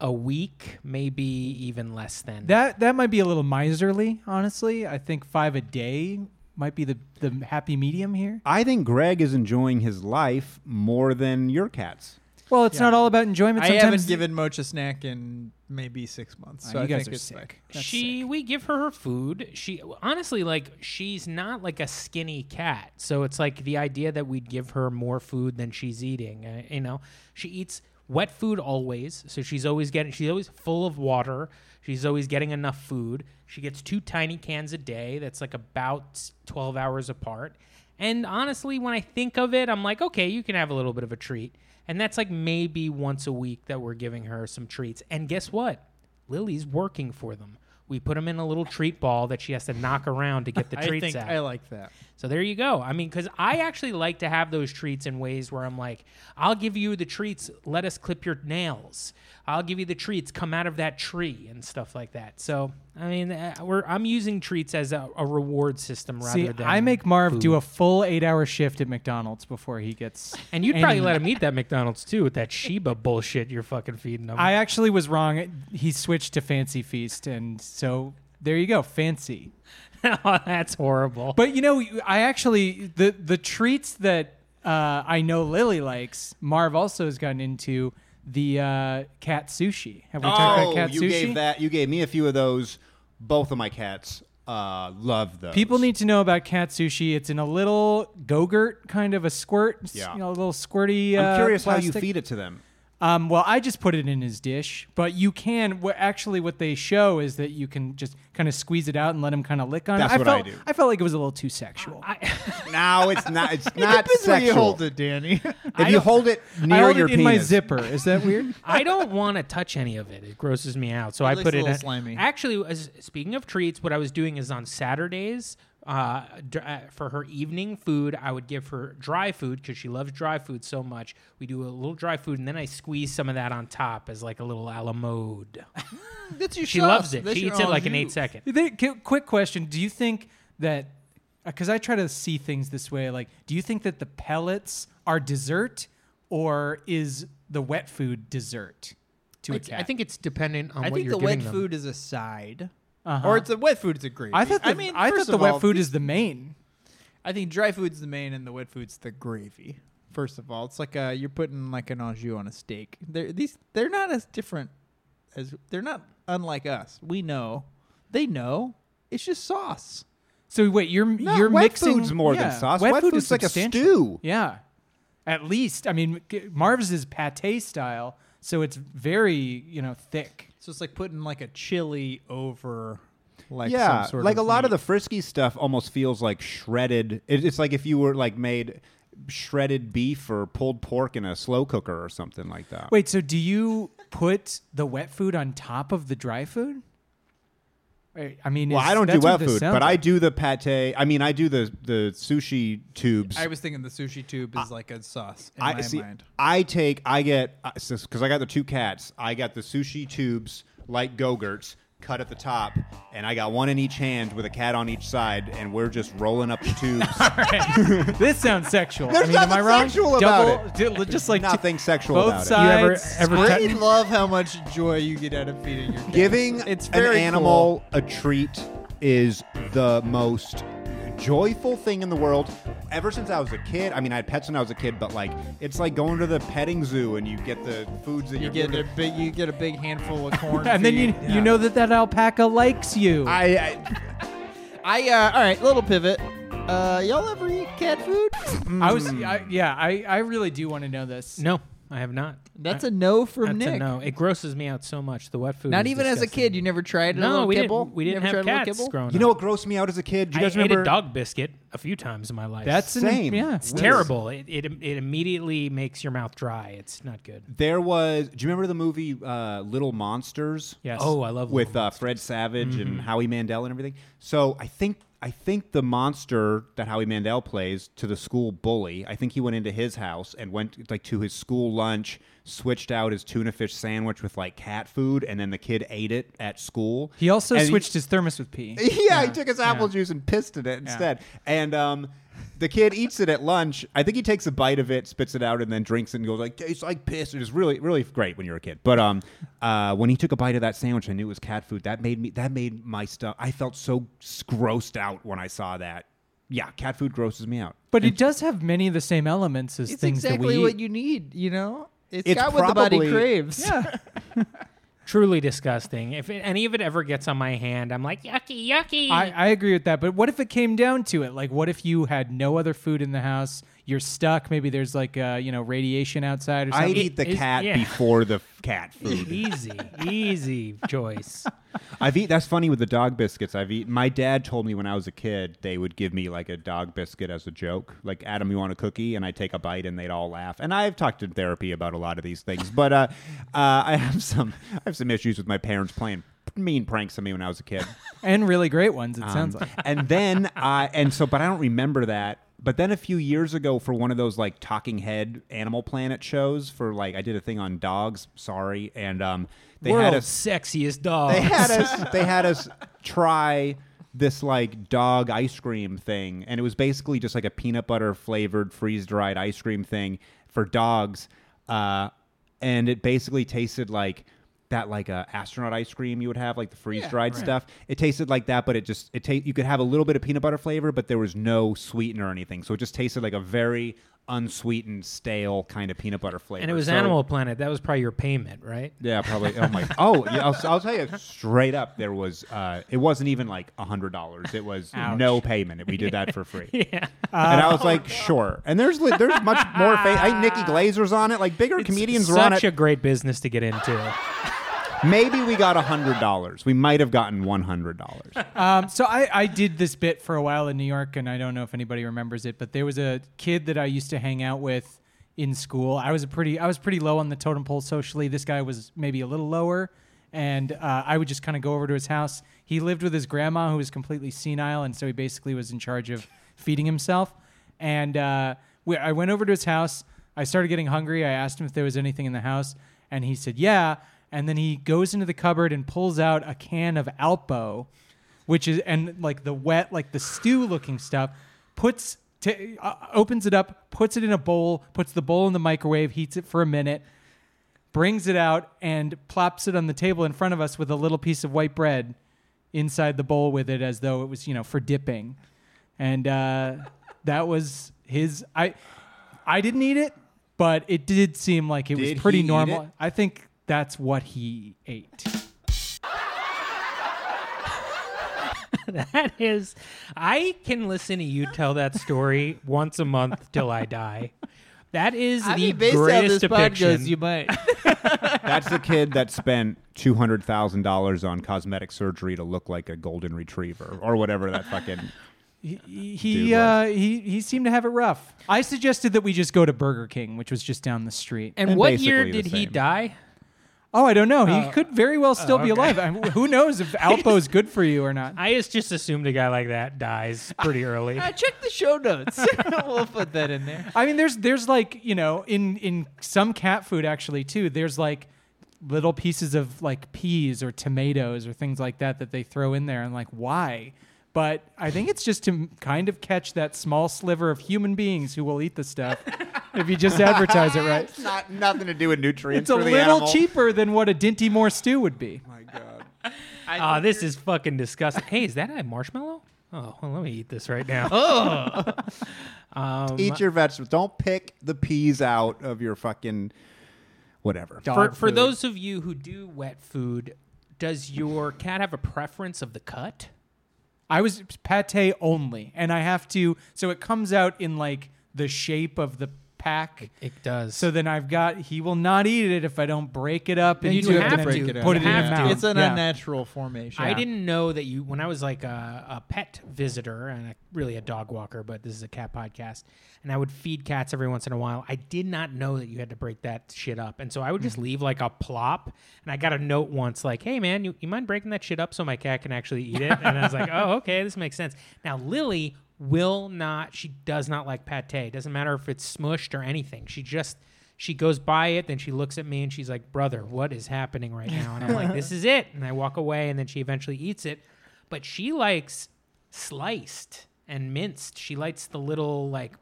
a week, maybe even less than That that might be a little miserly, honestly. I think five a day might be the the happy medium here. I think Greg is enjoying his life more than your cats. Well, it's not all about enjoyment. I Sometimes haven't given Moch a snack in maybe six months. Oh, So you I guys think are it's sick. fine. That's she we give her her food she honestly like she's not like a skinny cat so it's like the idea that we'd give her more food than she's eating uh, you know she eats wet food always so she's always getting she's always full of water she's always getting enough food she gets two tiny cans a day that's like about 12 hours apart and honestly when i think of it i'm like okay you can have a little bit of a treat and that's like maybe once a week that we're giving her some treats and guess what Lily's working for them. We put them in a little treat ball that she has to knock around to get the I treats think out. I like that. so there you go. I mean, because I actually like to have those treats in ways where I'm like, I'll give you the treats. Let us clip your nails. I'll give you the treats. Come out of that tree and stuff like that. So I mean, uh, we're I'm using treats as a, a reward system rather See, than I make Marv food. do a full eight-hour shift at McDonald's before he gets. And you'd probably any- let him eat that McDonald's too with that Sheba bullshit you're fucking feeding him. I actually was wrong. He switched to Fancy Feast, and so there you go, Fancy. Oh, that's horrible. But you know, I actually the the treats that uh, I know Lily likes. Marv also has gotten into the uh, cat sushi. Have we talked about cat Oh, you sushi? gave that. You gave me a few of those. Both of my cats uh, love those. People need to know about cat sushi. It's in a little go-gurt kind of a squirt, s- Yeah. you know, a little squirty. I'm uh, curious how you plastic. feed it to them. Um, well, I just put it in his dish, but you can. What actually what they show is that you can just kind of squeeze it out and let him kind of lick on That's it. I what I felt, do. felt like it was a little too sexual. No, it's not. It's not Depends where you sexual. hold it, Danny. If you hold it near I hold your it in penis, my zipper. Is that weird? I don't want to touch any of it. It grosses me out. So I looks put a it little in. slimy. Actually, as, speaking of treats, what I was doing is on Saturdays uh, dr- uh, for her evening food, I would give her dry food because she loves dry food so much. We do a little dry food, and then I squeeze some of that on top as like a little a la mode. That's your She sauce. loves it. That's she your eats it au like an jus. eight second. They- qu- quick question: Do you think that? uh, Because I try to see things this way. Like, do you think that the pellets are dessert, or is the wet food dessert to a It's- cat? I think it's dependent on I what think you're the wet giving them. food is a side, Uh-huh. or it's the wet food's a gravy. I thought the, I mean, I first thought of the wet all, food is the main. I think dry food's the main, and the wet food's the gravy. First of all, it's like uh you're putting like an au jus on a steak. They're these they're not as different as they're not unlike us. We know, they know. It's just sauce. So wait, you're No, you're wet mixing food's more yeah, than sauce. Wet, Wet, food food's is like a substantial. stew. Yeah, at least I mean g- Marv's is pate style, so it's very you know thick. So it's like putting like a chili over like yeah, some sort like of a lot meat. of the frisky stuff almost feels like shredded. It, it's like if you were like made shredded beef or pulled pork in a slow cooker or something like that. Wait, so do you put the wet food on top of the dry food? Right, I mean, well, is- I don't do that's what wet this food, sounds but I like. do the pate. I mean, I do the the sushi tubes. I was thinking the sushi tube is like a sauce in I my see. mind. I take. I get because I got the two cats. I got the sushi tubes like gogurts cut at the top, and I got one in each hand with a cat on each side, and we're just rolling up the tubes. This sounds sexual. I There's mean, am nothing I wrong? sexual Double, about d- just like Nothing sexual both about it. You ever sides. ever I cut- love how much joy you get out of feeding your Giving cats. it's an very cool. animal a treat is the most joyful thing in the world. Ever since I was a kid, I mean, I had pets when I was a kid, but like, it's like going to the petting zoo and you get the foods that You are get a given. big, you get a big handful of corn, and then you feed. you know that that alpaca likes you. I, I I uh, all right, little pivot. Uh, y'all ever eat cat food? I was I, Hmm. yeah. I I really do want to know this. No, I have not. That's a no from That's a Nick. no. It grosses me out so much. The wet food. Not is even as a disgusting. kid, you never tried a No, little we kibble. didn't. We didn't never have tried a little cats kibble? growing you up. know what grossed me out as a kid? Do you guys I remember? ate a dog biscuit a few times in my life. That's an, Same. Yeah. it's terrible. It, it it immediately makes your mouth dry. It's not good. There was. Do you remember the movie uh, Little Monsters? Yes. Oh, I love Little with uh, Fred Savage and Howie Mandel and everything. So I think I think the monster that Howie Mandel plays to the school bully. I think he went into his house and went like to his school lunch, switched out his tuna fish sandwich with like cat food, and then the kid ate it at school. He also And switched his thermos with pee. yeah, he took his apple juice and pissed in it instead. And um, the kid eats it at lunch. I think he takes a bite of it, spits it out, and then drinks it and goes like, "Tastes like piss." It is really, really great when you're a kid. But um, uh, when he took a bite of that sandwich, I knew it was cat food. That made me. That made my stuff. I felt so grossed out when I saw that. Yeah, cat food grosses me out. But it does have many of the same elements as It's things that exactly we what eat. you need. You know, It's got what the body probably- craves. yeah. Truly disgusting. If it, any of it ever gets on my hand, I'm like yucky, yucky. I, I agree with that. But what if it came down to it? Like, what if you had no other food in the house? You're stuck. Maybe there's like, uh, you know, radiation outside or I something. would eat the it's- cat yeah. before the f- cat food. easy, easy choice. I've eat. That's funny with the dog biscuits. I've eaten. My dad told me when I was a kid they would give me like a dog biscuit as a joke, like Adam, you want a cookie? And I take a bite, and they'd all laugh. And I've talked in therapy about a lot of these things, but uh, uh, I have some I have some issues with my parents playing mean pranks on me when I was a kid. and really great ones, it Um, sounds like. and then I and so, but I don't remember that. But then a few years ago, for one of those like Talking Head Animal Planet shows, for like I did a thing on dogs. Sorry, and um, they had World's us sexiest dog. they had us they had us try this like dog ice cream thing and it was basically just like a peanut butter flavored freeze dried ice cream thing for dogs uh, and it basically tasted like that like uh, astronaut ice cream you would have like the freeze dried stuff it tasted like that but it just it ta- you could have a little bit of peanut butter flavor but there was no sweetener or anything so it just tasted like a very unsweetened stale kind of peanut butter flavor and it was So- Animal Planet. That was probably your payment, right? yeah, probably. Oh my. Oh, yeah, I'll, I'll tell you straight up. There was. Uh, it wasn't even like a hundred dollars. It was no payment. We did that for free. Yeah. and I was like, sure. And there's li- there's much more. Fa- I, Nikki Glazer's on it. Like bigger comedians were on Such it. a great business to get into. Maybe we got a hundred dollars. We might have gotten one hundred dollars. Um, so I, I did this bit for a while in New York, and I don't know if anybody remembers it, but there was a kid that I used to hang out with in school. I was a pretty I was pretty low on the totem pole socially. This guy was maybe a little lower, and uh, I would just kind of go over to his house. He lived with his grandma, who was completely senile, and so he basically was in charge of feeding himself. And uh, we, I went over to his house. I started getting hungry. I asked him if there was anything in the house, and he said, "Yeah." And then he goes into the cupboard and pulls out a can of Alpo which is and like the wet like the stew looking stuff puts t- uh, opens it up, puts it in a bowl, puts the bowl in the microwave, heats it for a minute, brings it out, and plops it on the table in front of us with a little piece of white bread inside the bowl with it as though it was, you know, for dipping. And uh, that was his. I, I didn't eat it, but it did seem like it Did was pretty he eat normal. it? I think that's what he ate. that is, I can listen to you tell that story once a month till I die. That is I the mean, based on greatest this pod depiction. goes, you might. That's the kid that spent two hundred thousand dollars on cosmetic surgery to look like a golden retriever or whatever that fucking. He Dude, he, wow. uh, he he seemed to have it rough. I suggested that we just go to Burger King, which was just down the street. and And what year basically the did he same. die? Oh, I don't know. He could very well still be okay. alive. I mean, who knows if Alpo is good for you or not? I just- just assumed a guy like that dies pretty early. Uh, check the show notes. we'll put that in there. I mean, there's there's like you know in in some cat food actually too. There's like little pieces of like peas or tomatoes or things like that that they throw in there and like why? But I think it's just to kind of catch that small sliver of human beings who will eat the stuff if you just advertise it right. It's not nothing to do with nutrients. It's a for the little animal. cheaper than what a Dinty Moore stew would be. Oh, this is fucking disgusting. Hey, is that a marshmallow? Oh, well, let me eat this right now. Eat your vegetables. Don't pick the peas out of your fucking whatever. for, dog for food. those of you who do wet food, does your cat have a preference of the cut? I was pate only, and I have to. So it comes out in like the shape of the pack. It does. So then I've got he will not eat it if I don't break it up, and you do have to break break it up. put it You in have the to. mouth. It's an Yeah. unnatural formation. I didn't know that you, when I was like a, a pet visitor and a, really a dog walker, but this is a cat podcast, and I would feed cats every once in a while. I did not know that you had to break that shit up. And so I would just leave like a plop. And I got a note once like, hey, man, you, you mind breaking that shit up so my cat can actually eat it? And I was like, oh, okay, this makes sense. Now, Lily will not, she does not like pate. Doesn't matter if it's smushed or anything. She just, she goes by it, then she looks at me and she's like, Brother, what is happening right now? And I'm like, This is it. And I walk away, and then she eventually eats it. But she likes sliced and minced. She likes the little, like,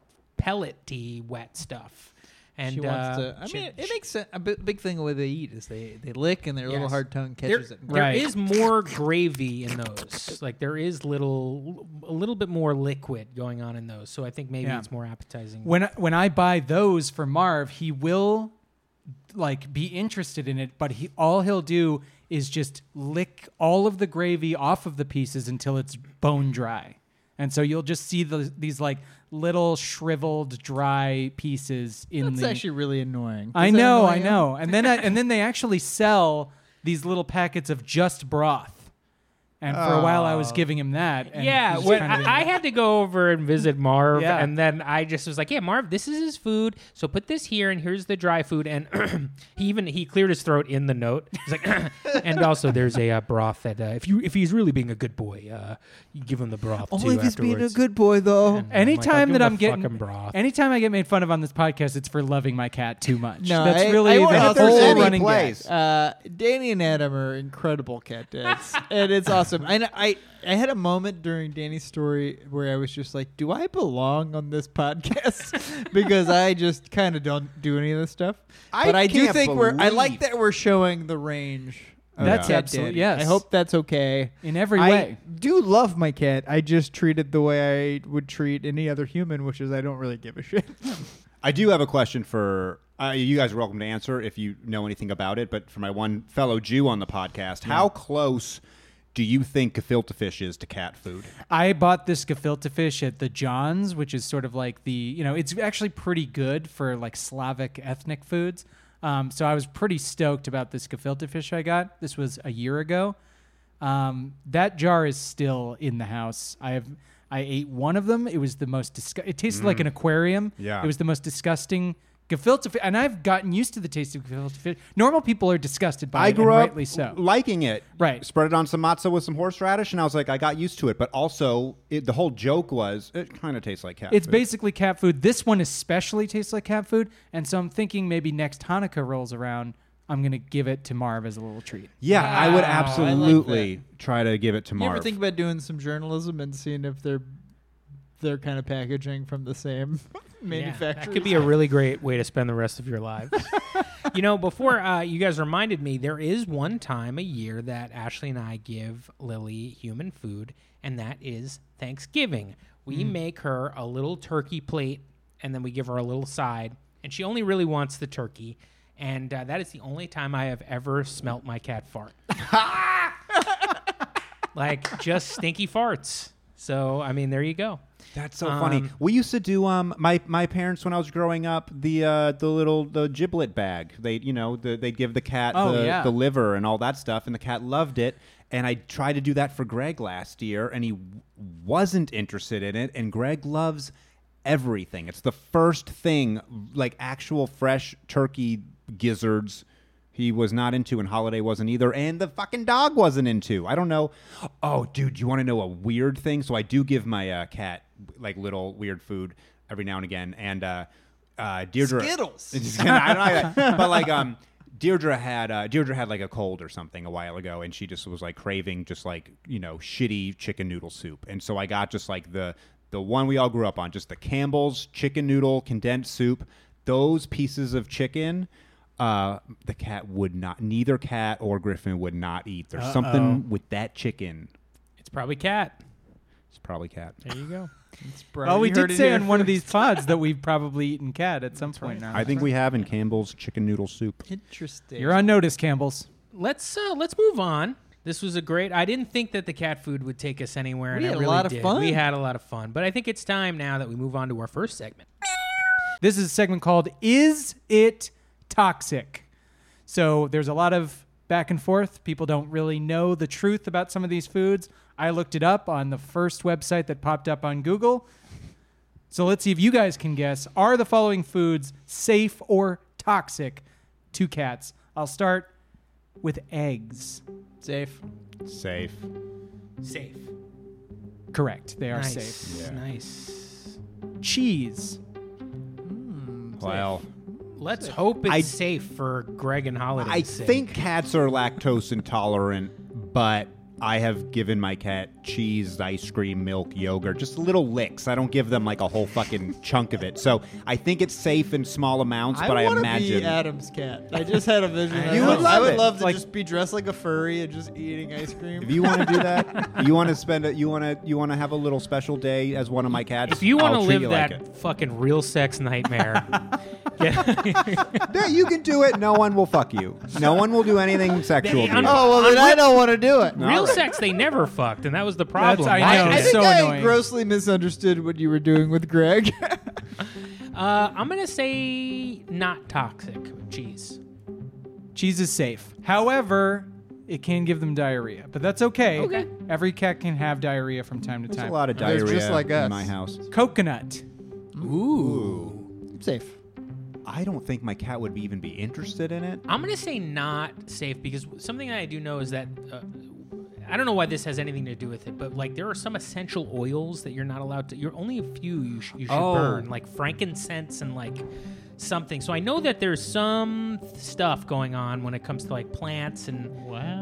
pellety wet stuff. And She wants uh, to. I she- mean, it she- makes sense. A bi- big thing the way they eat is they they lick and their little Yes. hard tongue there, catches it. and there Right. is more gravy in those. Like, there is little, a little bit more liquid going on in those. So I think maybe Yeah. it's more appetizing. when when I buy those for Marv, he will like be interested in it, but he all he'll do is just lick all of the gravy off of the pieces until it's bone dry. And so you'll just see the, these like little shriveled dry pieces in That's the actually really annoying. I Does that know, annoy I you? know. And then I, and then they actually sell these little packets of just broth. And for a while I was giving him that. And yeah, he's when kind of in- I, I had to go over and visit Marv, Yeah. and then I just was like, "Yeah, Marv, this is his food. So put this here, and here's the dry food." And he even he cleared his throat in the note. He's like, "And also, there's a uh, broth that uh, if you if he's really being a good boy, uh, you give him the broth Only too if he's afterwards." being a good boy, though. And I'm like, Anytime "I'll give that him I'm the getting fucking broth, anytime I get made fun of on this podcast, it's for loving my cat too much. No, That's I- really I the wonder if there's whole any running place. gag. Uh, Danny and Adam are incredible cat dads, and it's awesome. And I, I had a moment during Danny's story where I was just like, "Do I belong on this podcast?" because I just kind of don't do any of this stuff. I but I do can't think we're. I believe- like that we're showing the range. of That's cat absolute- daddy. yes. I hope that's okay in every I way. do love my cat. I just treat it the way I would treat any other human, which is I don't really give a shit. I do have a question for uh, you guys. Are welcome to answer if you know anything about it. But for my one fellow Jew on the podcast, how close do you think gefilte fish is to cat food? I bought this gefilte fish at the John's, which is sort of like the you know it's actually pretty good for like Slavic ethnic foods. Um, so I was pretty stoked about this gefilte fish I got. This was a year ago. Um, that jar is still in the house. I have I ate one of them. It was the most disgust. It tasted like an aquarium. Mm. Yeah. It was the most disgusting gefilte fish, and I've gotten used to the taste of gefilte fish. Normal people are disgusted by it, I and grew up rightly so. liking it. Right. Spread it on some matzah with some horseradish, and I was like, I got used to it. But also, it, the whole joke was it kind of tastes like cat. It's food. basically cat food. This one especially tastes like cat food, and so I'm thinking maybe next Hanukkah rolls around, I'm gonna give it to Marv as a little treat. Yeah, I would Wow, I like absolutely try to give it to You ever Marv. think about doing some journalism and seeing if they're their kind of packaging from the same manufacturer. That could be a really great way to spend the rest of your lives. you know, before uh, you guys reminded me, there is one time a year that Ashley and I give Lily human food, and that is Thanksgiving. We make her a little turkey plate, and then we give her a little side, and she only really wants the turkey. And uh, that is the only time I have ever smelt my cat fart. like just stinky farts. So I mean, there you go. That's so funny. We used to do um my my parents when I was growing up the uh the little the giblet bag. They you know the, they'd give the cat Oh, the, yeah. the liver and all that stuff, and the cat loved it. And I tried to do that for Greg last year, and he w- wasn't interested in it. And Greg loves everything. It's the first thing like actual fresh turkey gizzards. He was not into, and Holiday wasn't either, and the fucking dog wasn't into. I don't know. Oh, dude, you want to know a weird thing? So I do give my uh, cat like little weird food every now and again, and uh, uh, Deirdre Skittles. Just kidding. I don't know, but like um, Deirdre had uh, Deirdre had like a cold or something a while ago, and she just was like craving just like you know shitty chicken noodle soup, and so I got just like the the one we all grew up on, just the Campbell's chicken noodle condensed soup. Those pieces of chicken. Uh, the cat would not. Neither cat or Griffin would not eat. There's something with that chicken. It's probably cat. It's probably cat. There you go. Oh, we did say on one of these pods that we've probably eaten cat at some point now. I think we have in Campbell's chicken noodle soup. Interesting. You're on notice, Campbell's. let's uh, let's move on. This was a great. I didn't think that the cat food would take us anywhere. and We it had a really lot of did. fun. We had a lot of fun, but I think it's time now that we move on to our first segment. This is a segment called Is It Toxic? So there's a lot of back and forth. People don't really know the truth about some of these foods. I looked it up on the first website that popped up on Google. So let's see if you guys can guess are the following foods safe or toxic to cats? I'll start with eggs. safe. Safe. Safe. Correct. They are nice. safe. Yeah. Nice. Cheese. Well, Let's hope it's I- safe for Greg and Holiday. I think cats are lactose intolerant, but I have given my cat cheese, ice cream, milk, yogurt, just little licks. I don't give them like a whole fucking chunk of it. So I think it's safe in small amounts, but I, wanna imagine. be Adam's cat. I just had a vision. of You that. would I love would it. love to Like- just be dressed like a furry and just eating ice cream. if you want to do that, you want to spend it. You want to. You want to have a little special day as one of my cats. If you want to I'll treat live you that like it. fucking real sex nightmare, yeah, you can do it. No one will fuck you. No one will do anything sexual. to you. un- oh well, then I don't want to do it. real sex they never fucked, and that was the That's- problem. I know. I It's think so I annoying. grossly misunderstood what you were doing with Greg. Uh, I'm gonna say not toxic cheese. Cheese is safe. However, it can give them diarrhea, but that's okay. Okay. Every cat can have diarrhea from time to There's time. a lot of There's diarrhea just like in us. my house. Coconut. Ooh. safe. I don't think my cat would be, even be interested in it. I'm gonna say not safe because something that I do know is that uh, I don't know why this has anything to do with it, but like there are some essential oils that you're not allowed to. You're only a few you, sh- you should Oh. burn, like frankincense and like something. So I know that there's some th- stuff going on when it comes to like plants and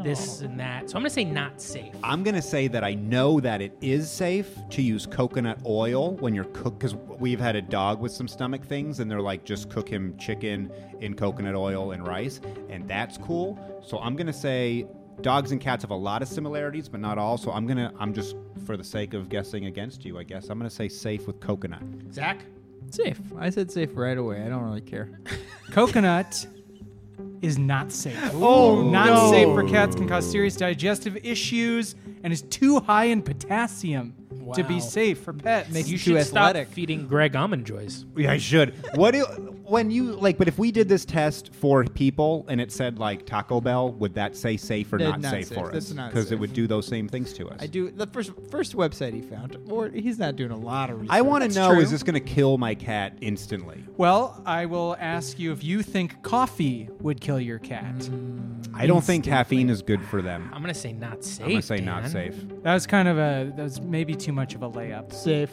this and that. So I'm gonna say not safe. I'm gonna say that I know that it is safe to use coconut oil when you're cook because we've had a dog with some stomach things, and they're like just cook him chicken in coconut oil and rice, and that's cool. So I'm gonna say dogs and cats have a lot of similarities, but not all. So I'm gonna I'm just for the sake of guessing against you, I guess I'm gonna say safe with coconut. Zach, Safe. I said safe right away. I don't really care. Coconut is not safe. Oh, not no. safe for cats can cause serious digestive issues and is too high in potassium to Wow. be safe for pets. Makes you Too should athletic. stop feeding Greg almond joys. Yeah, I should. What do when you like? But if we did this test for people and it said like Taco Bell, would that say safe or They're not, not safe, safe. for That's us? not Because it safe. would do those same things to us. I do the first first website he found. Or he's not doing a lot of research. I want to That's know: true. is this going to kill my cat instantly? Well, I will ask you if you think coffee would kill your cat. Mm. I don't think caffeine is good for them. I'm gonna say not safe. I'm going to say not Dan. safe. That was kind of a that was maybe too much of a layup. safe?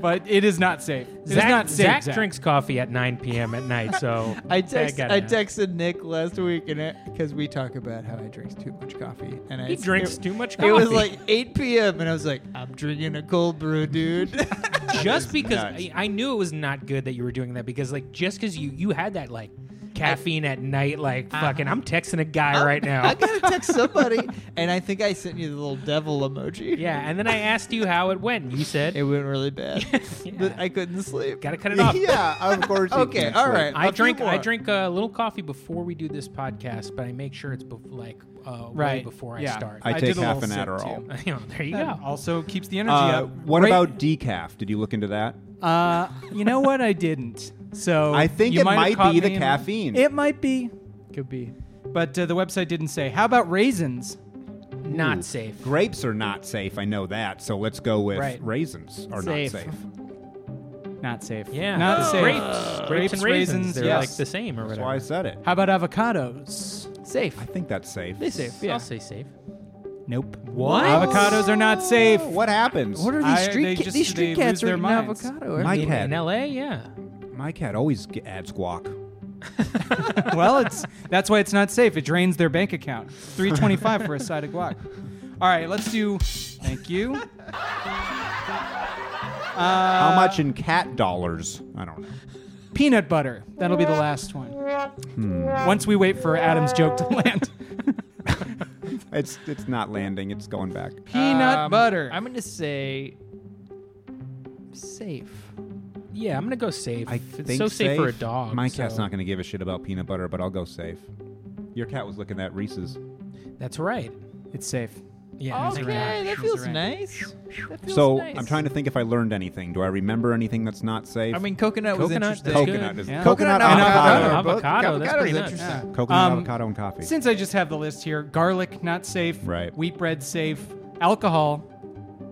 but it is not safe. It's Zach, not safe. Zach drinks coffee at 9 p.m. at night, so I text, gotta I know. texted Nick last week and because we talk about how I drink too much coffee and I He drinks it, too much coffee. It was like 8 p.m. and I was like, I'm drinking a cold brew, dude. just because nuts. I, I knew it was not good that you were doing that because like just because you you had that like caffeine at night like fucking I'm texting a guy right now I gotta text somebody, and I think I sent you the little devil emoji. yeah and then I asked you how it went and you said it went really bad. But I couldn't sleep. gotta cut it off yeah, of course. you Okay, can't all sleep. right. I a few drink I more. drink a little coffee before we do this podcast but I make sure it's bef- like uh, right right before I yeah. start I did take a little half an sip, Adderall. too. You know, there you That go also keeps the energy Uh, up. what Right- about decaf? Did you look into that? Uh, you know what? I didn't. So I think you it have might caught be the me in- caffeine. It might be. Could be. But uh, the website didn't say. How about raisins? not safe Grapes are not safe. I know that. So let's go with Right. raisins are Safe. not safe. Not safe. yeah Not Oh. safe. grapes grapes and raisins, they're yes. like the same or That's whatever why I said it. How about avocados? Safe. I think that's safe. They safe. Yeah. I'll say safe Nope. What? Avocados are not safe. What happens? What are these I- street they ca- just- these they street lose cats are their eating minds. avocado? aren't my they? cat? in LA yeah my cat always g- adds guac. well, it's that's why it's not safe. It drains their bank account. Three twenty-five for a side of guac. All right, let's do. Thank you. How much in cat dollars? I don't know. Peanut butter. That'll be the last one. Hmm. Once we wait for Adam's joke to land. It's it's not landing. It's going back. Peanut Um, butter. I'm gonna say safe. yeah I'm gonna go safe I it's think so safe, for a safe. dog My so- cat's not going to give a shit about peanut butter, but I'll go safe. Your cat was looking at Reese's. that's right it's safe. yeah that's right. right. that Those feels are right. nice. That feels So nice. I'm trying to think if I learned anything. Do I remember anything that's not safe? I mean, coconut, was Coconut, interesting. that's coconut good. is Yeah. coconut, Coconut, avocado, avocado. Avocado, that's Avocado is pretty nice. interesting. Yeah. coconut Um, avocado and coffee. Since I just have the list here, garlic not safe. Right. Wheat bread safe. Alcohol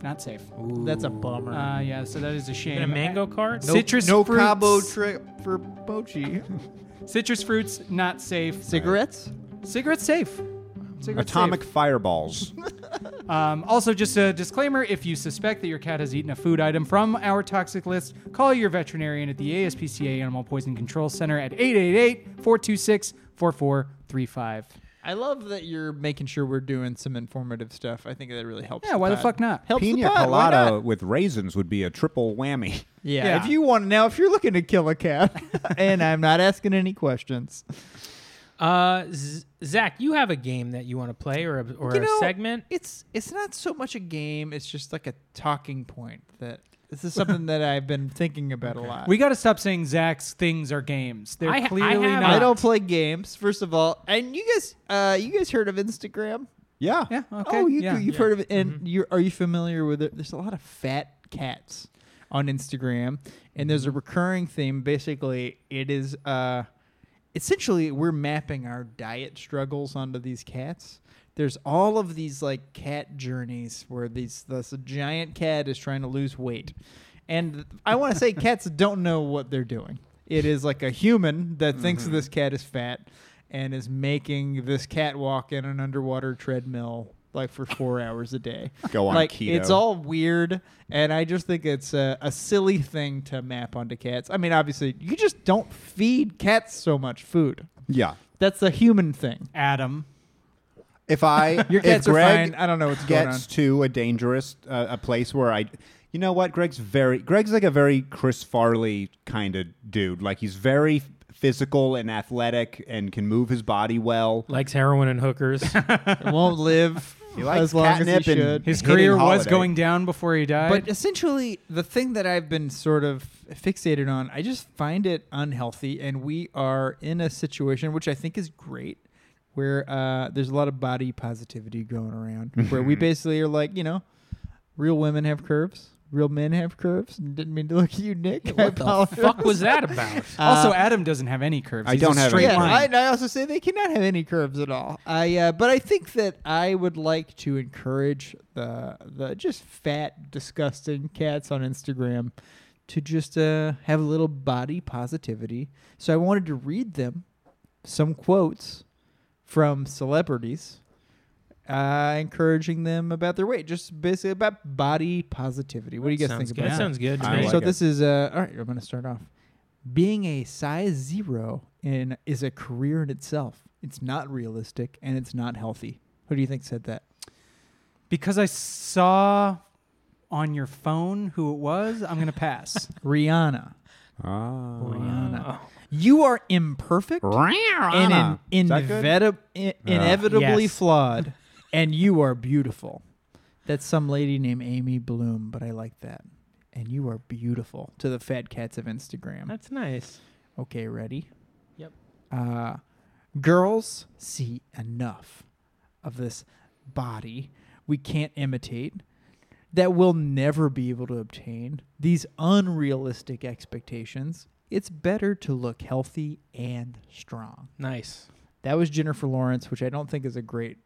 not safe. That's a bummer. Uh, yeah, so that is a shame. In a mango cart? Nope. citrus no fruits. Cabo trip for Pochi. Citrus fruits not safe. Cigarettes? Cigarettes safe. Cigarettes Atomic safe. fireballs. Um, also, just a disclaimer if you suspect that your cat has eaten a food item from our toxic list, call your veterinarian at the ASPCA Animal Poison Control Center at 888 426 4435. I love that you're making sure we're doing some informative stuff. I think that really helps. Yeah, why the pod. fuck not? Helps the Pina pod, why colada not? with raisins would be a triple whammy. Yeah, Yeah. If you want now, if you're looking to kill a cat, and I'm not asking any questions. Uh, Z- Zach, you have a game that you want to play or a, or You a know, segment? It's it's not so much a game. It's just like a talking point that this is something that I've been thinking about a lot. We got to stop saying Zach's things are games. They're I- I clearly have- not. I don't play games, first of all. And you guys, uh, you guys heard of Instagram? Yeah. yeah, okay. Oh, you yeah. Mm-hmm. you've heard of it, and you're are you familiar with it? There's a lot of fat cats on Instagram, and there's Mm-hmm. a recurring theme. Basically, it is uh, essentially we're mapping our diet struggles onto these cats. There's all of these like cat journeys where these this giant cat is trying to lose weight, and I want to say cats don't know what they're doing. It is like a human that thinks Mm-hmm. this cat is fat and is making this cat walk in an underwater treadmill like for four hours a day. Go on like, keto. It's all weird, and I just think it's a, a silly thing to map onto cats. I mean, obviously, you just don't feed cats so much food. Yeah. That's a human thing. Adam. If I Your cats if are Greg fine. I don't know what's going on. gets to a dangerous uh, a place where I, you know what, Greg's very Greg's like a very Chris Farley kind of dude. Like he's very f- physical and athletic and can move his body well. Likes heroin and hookers. It won't live He likes as long as he catnip and- should. His Hitting career was holiday. going down before he died. But essentially, the thing that I've been sort of fixated on, I just find it unhealthy. And we are in a situation, which I think is great, where uh, there's a lot of body positivity going around, where we basically are like, you know, real women have curves, real men have curves. Didn't mean to look at you, Nick. I what the apologize. fuck was that about? uh, also, Adam doesn't have any curves. I He's a don't have any straight Yeah, line. I, and I also say they cannot have any curves at all. I, uh, but I think that I would like to encourage the the just fat, disgusting cats on Instagram to just uh, have a little body positivity. So I wanted to read them some quotes from celebrities. uh, encouraging them about their weight, just basically about body positivity. What do you guys sounds think good. about That sounds good. to I me. like so it. this is uh, all right. I'm going to start off. Being a size zero in is a career in itself. It's not realistic and it's not healthy. Who do you think said that? Because I saw on your phone who it was, I'm gonna pass. Rihanna. Ah. Rihanna. You are imperfect and in, Is that good? Ah. inevit- in- inevitably Yes. flawed, and you are beautiful. That's some lady named Amy Bloom, but I like that. And you are beautiful to the fat cats of Instagram. That's nice. Okay, ready? Yep. Uh, girls see enough of this body we can't imitate that we'll never be able to obtain these unrealistic expectations. It's better to look healthy and strong. Nice. That was Jennifer Lawrence, which I don't think is a great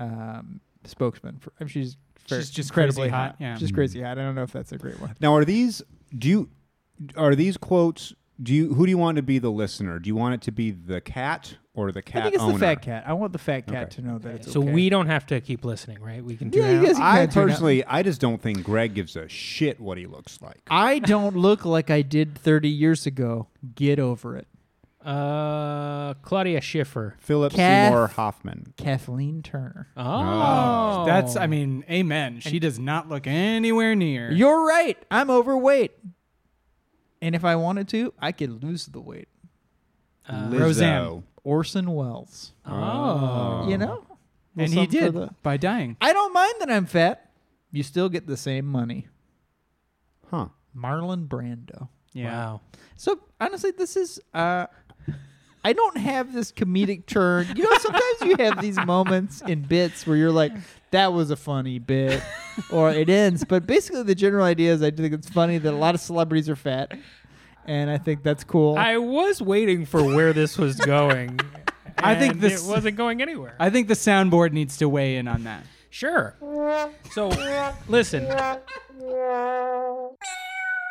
um, spokesman for. I mean, she's fair- She's just incredibly crazy hot, yeah. She's Mm. crazy hot. I don't know if that's a great one. Now, are these do you are these quotes? Do you who do you want to be the listener? Do you want it to be the cat or the cat I think it's owner? the fat cat. I want the fat cat Okay. to know that it's So okay. we don't have to keep listening, right? We can do Yeah, you that. guys- I Cat turned out- personally, I just don't think Greg gives a shit what he looks like. I don't look like I did 30 years ago. Get over it. Uh, Claudia Schiffer. Philip Kath- Seymour Hoffman. Kathleen Turner. Oh, That's I mean, amen. She does not look anywhere near. You're right. I'm overweight. And if I wanted to, I could lose the weight. Uh, Lizzo. Roseanne. Orson Welles. oh. You know? and Well, he something for did the- by dying. I don't mind that I'm fat. You still get the same money. Huh. Marlon Brando. Yeah. Wow. So honestly, this is uh I don't have this comedic turn. You know, sometimes you have these moments in bits where you're like, that was a funny bit or it ends. But basically the general idea is I think it's funny that a lot of celebrities are fat. And I think that's cool. I was waiting for where this was going. I think and this- it wasn't going anywhere. I think the soundboard needs to weigh in on that. Sure. So, listen.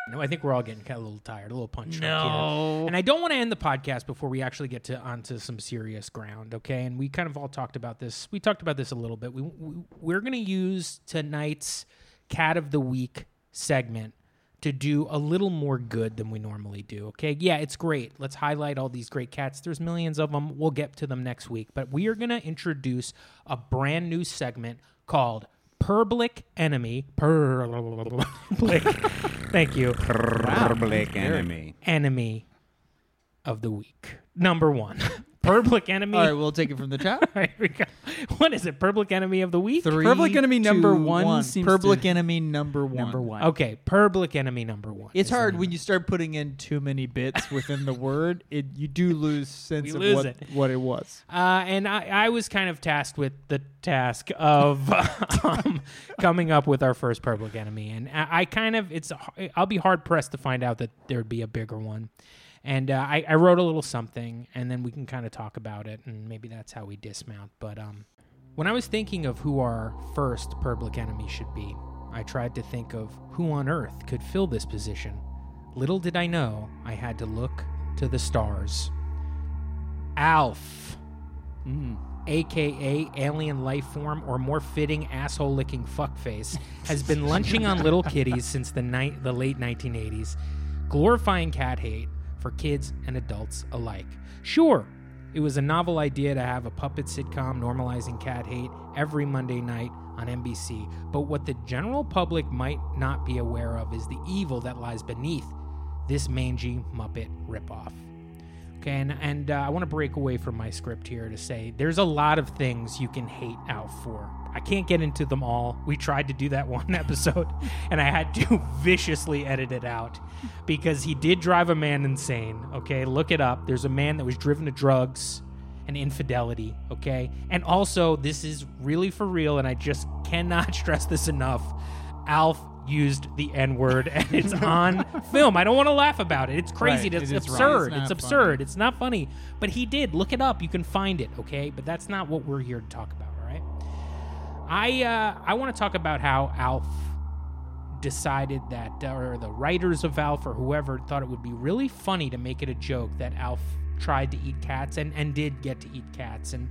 No, I think we're all getting kind of a little tired, a little punch. No. And I don't want to end the podcast before we actually get to onto some serious ground, okay? And we kind of all talked about this. We talked about this a little bit. We, we we're going to use tonight's cat of the week segment to do a little more good than we normally do, okay? Yeah, it's great. Let's highlight all these great cats. There's millions of them. We'll get to them next week, but we are going to introduce a brand new segment called Public Enemy. Public. Thank you Public enemy. enemy of the week. Number one, public enemy. All right, we'll take it from the top. Here we go. What is it? Public enemy of the week. Three, Public Enemy number two, one seems Public to- enemy number one. Number one. Okay, public enemy number one. It's is the hard name. when you start putting in too many bits within the word. It you do lose sense of lose what, it. what it was. Uh, and I, I was kind of tasked with the task of um, coming up with our first public enemy, and I, I kind of it's a- I'll be hard pressed to find out that there'd be a bigger one. And uh, I, I wrote a little something, and then we can kind of talk about it, and maybe that's how we dismount. But um, when I was thinking of who our first public enemy should be, I tried to think of who on earth could fill this position. Little did I know I had to look to the stars. Alf aka alien life form or more fitting asshole licking fuckface has been lunching on little kitties since the night the late 1980s glorifying cat hate for kids and adults alike sure it was a novel idea to have a puppet sitcom normalizing cat hate every monday night on nbc but what the general public might not be aware of is the evil that lies beneath this mangy muppet ripoff Okay, and, and uh, I want to break away from my script here to say there's a lot of things you can hate Alf for. I can't get into them all. We tried to do that one episode, and I had to viciously edit it out because he did drive a man insane. Okay, look it up. There's a man that was driven to drugs and infidelity. Okay, and also this is really for real, and I just cannot stress this enough. Alf used the N word, and it's on film. I don't want to laugh about it. It's crazy. Right, It's it is wrong. absurd. It's it's not absurd absurd. It's not funny. But he did. Look it up. You can find it, okay? But that's not what we're here to talk about, all right? I uh, I want to talk about how Alf decided that, uh, or the writers of Alf, or whoever thought it would be really funny to make it a joke that Alf tried to eat cats and and did get to eat cats and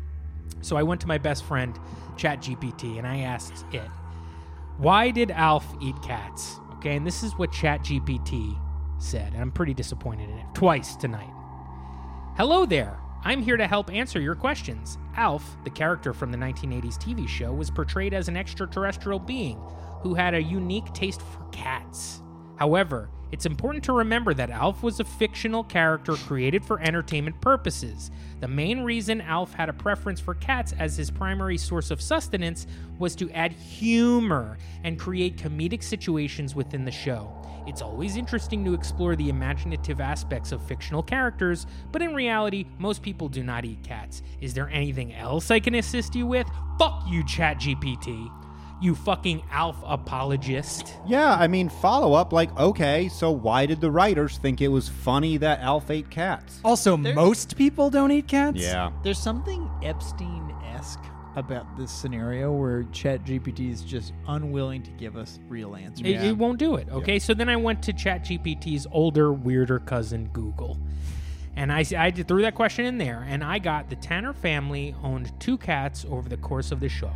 So I went to my best friend, ChatGPT, and I asked it, why did Alf eat cats? Okay, and this is what ChatGPT said, and I'm pretty disappointed in it twice tonight. Hello there. I'm here to help answer your questions. Alf, the character from the 1980s TV show, was portrayed as an extraterrestrial being who had a unique taste for cats. However, it's important to remember that Alf was a fictional character created for entertainment purposes. The main reason Alf had a preference for cats as his primary source of sustenance was to add humor and create comedic situations within the show. It's always interesting to explore the imaginative aspects of fictional characters, but in reality, most people do not eat cats. Is there anything else I can assist you with? Fuck you, ChatGPT. You fucking Alf apologist. Yeah, I mean, follow up like, okay, so why did the writers think it was funny that Alf ate cats? Also, most people don't eat cats. Yeah. There's something Epstein esque about this scenario where ChatGPT is just unwilling to give us real answers. It, it won't do it. Okay. So then I went to ChatGPT's older, weirder cousin, Google. And I, I did- threw that question in there, and I got the Tanner family owned two cats over the course of the show.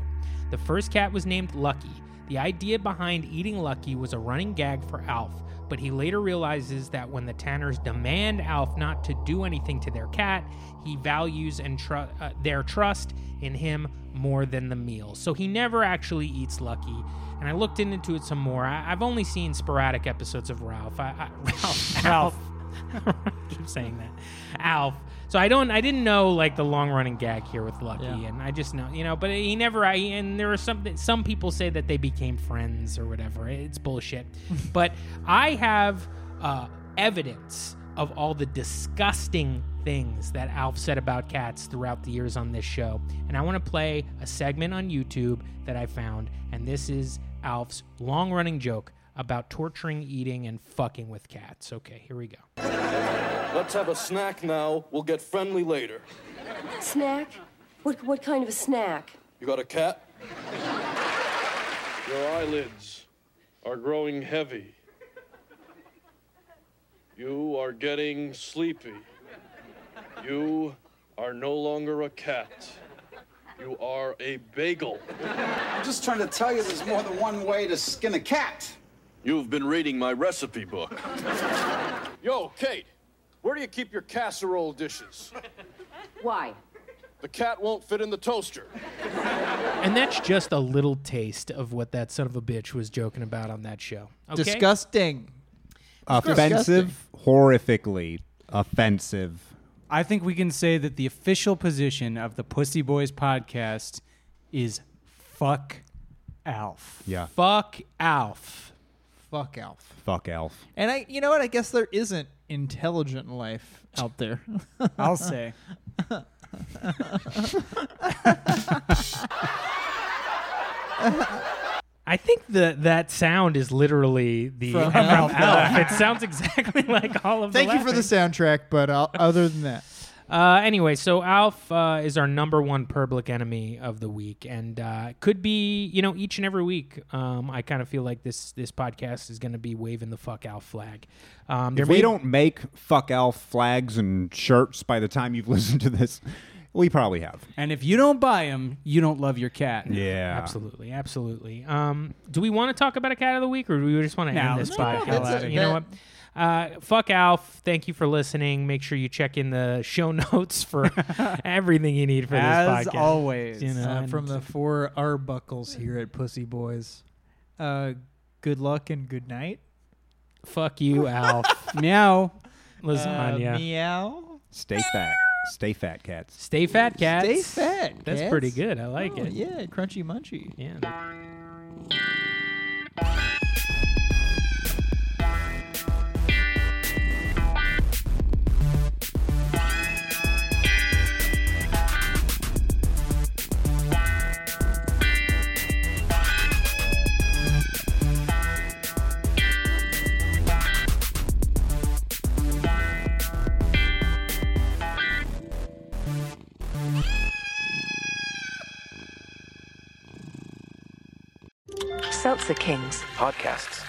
The first cat was named Lucky. The idea behind eating Lucky was a running gag for Alf, but he later realizes that when the Tanners demand Alf not to do anything to their cat, he values and tru- uh, their trust in him more than the meal. So he never actually eats Lucky. And I looked into it some more. I, I've only seen sporadic episodes of Ralph. I, I, Ralph. Alf. I keep saying that. Alf. So I don't I didn't know like the long running gag here with Lucky Yeah. and I just know you know, but he never I and there are some that- some people say that they became friends or whatever. It's bullshit. but I have uh, evidence of all the disgusting things that Alf said about cats throughout the years on this show. And I want to play a segment on YouTube that I found, and this is Alf's long running joke about torturing, eating, and fucking with cats. Okay, here we go. Let's have a snack now. We'll get friendly later. Snack? What, what kind of a snack? You got a cat? Your eyelids are growing heavy. You are getting sleepy. You are no longer a cat. You are a bagel. I'm just trying to tell you there's more than one way to skin a cat. You've been reading my recipe book. Yo, Kate, where do you keep your casserole dishes? Why? The cat won't fit in the toaster. And that's just a little taste of what that son of a bitch was joking about on that show. Okay? Disgusting. Offensive, horrifically offensive. I think we can say that the official position of the Pussy Boys podcast is fuck Alf. Yeah. Fuck Alf. Fuck Alf. Fuck Alf. And I, you know what? I guess there isn't intelligent life out there. I'll say. I think the that sound is literally the From from, Alf. Alf. It sounds exactly like all of. Thank the you for the laughing. soundtrack, but I'll, other than that, Uh, anyway, so Alf uh, is our number one public enemy of the week, and uh, could be you know each and every week. Um, I kind of feel like this this podcast is going to be waving the fuck Alf flag. Um, there If we may- don't make fuck Alf flags and shirts by the time you've listened to this, we probably have. And if you don't buy him, you don't love your cat. Yeah. Absolutely, absolutely. Um, do we want to talk about a cat of the week, or do we just want to No, end this let's get the hell podcast? outta you know what? Uh, fuck Alf. Thank you for listening. Make sure you check in the show notes for everything you need for this As podcast. always. You know, uh, and- from the four Arbuckles here at Pussy Boys, uh, good luck and good night. fuck you, Alf. Meow. Lasagna. Uh, meow. Stay fat. Stay fat, cats. Stay fat, cats. Stay fat. That's cats. pretty good. I like Oh, it. yeah, crunchy munchy. yeah. Seltzer Kings. podcasts.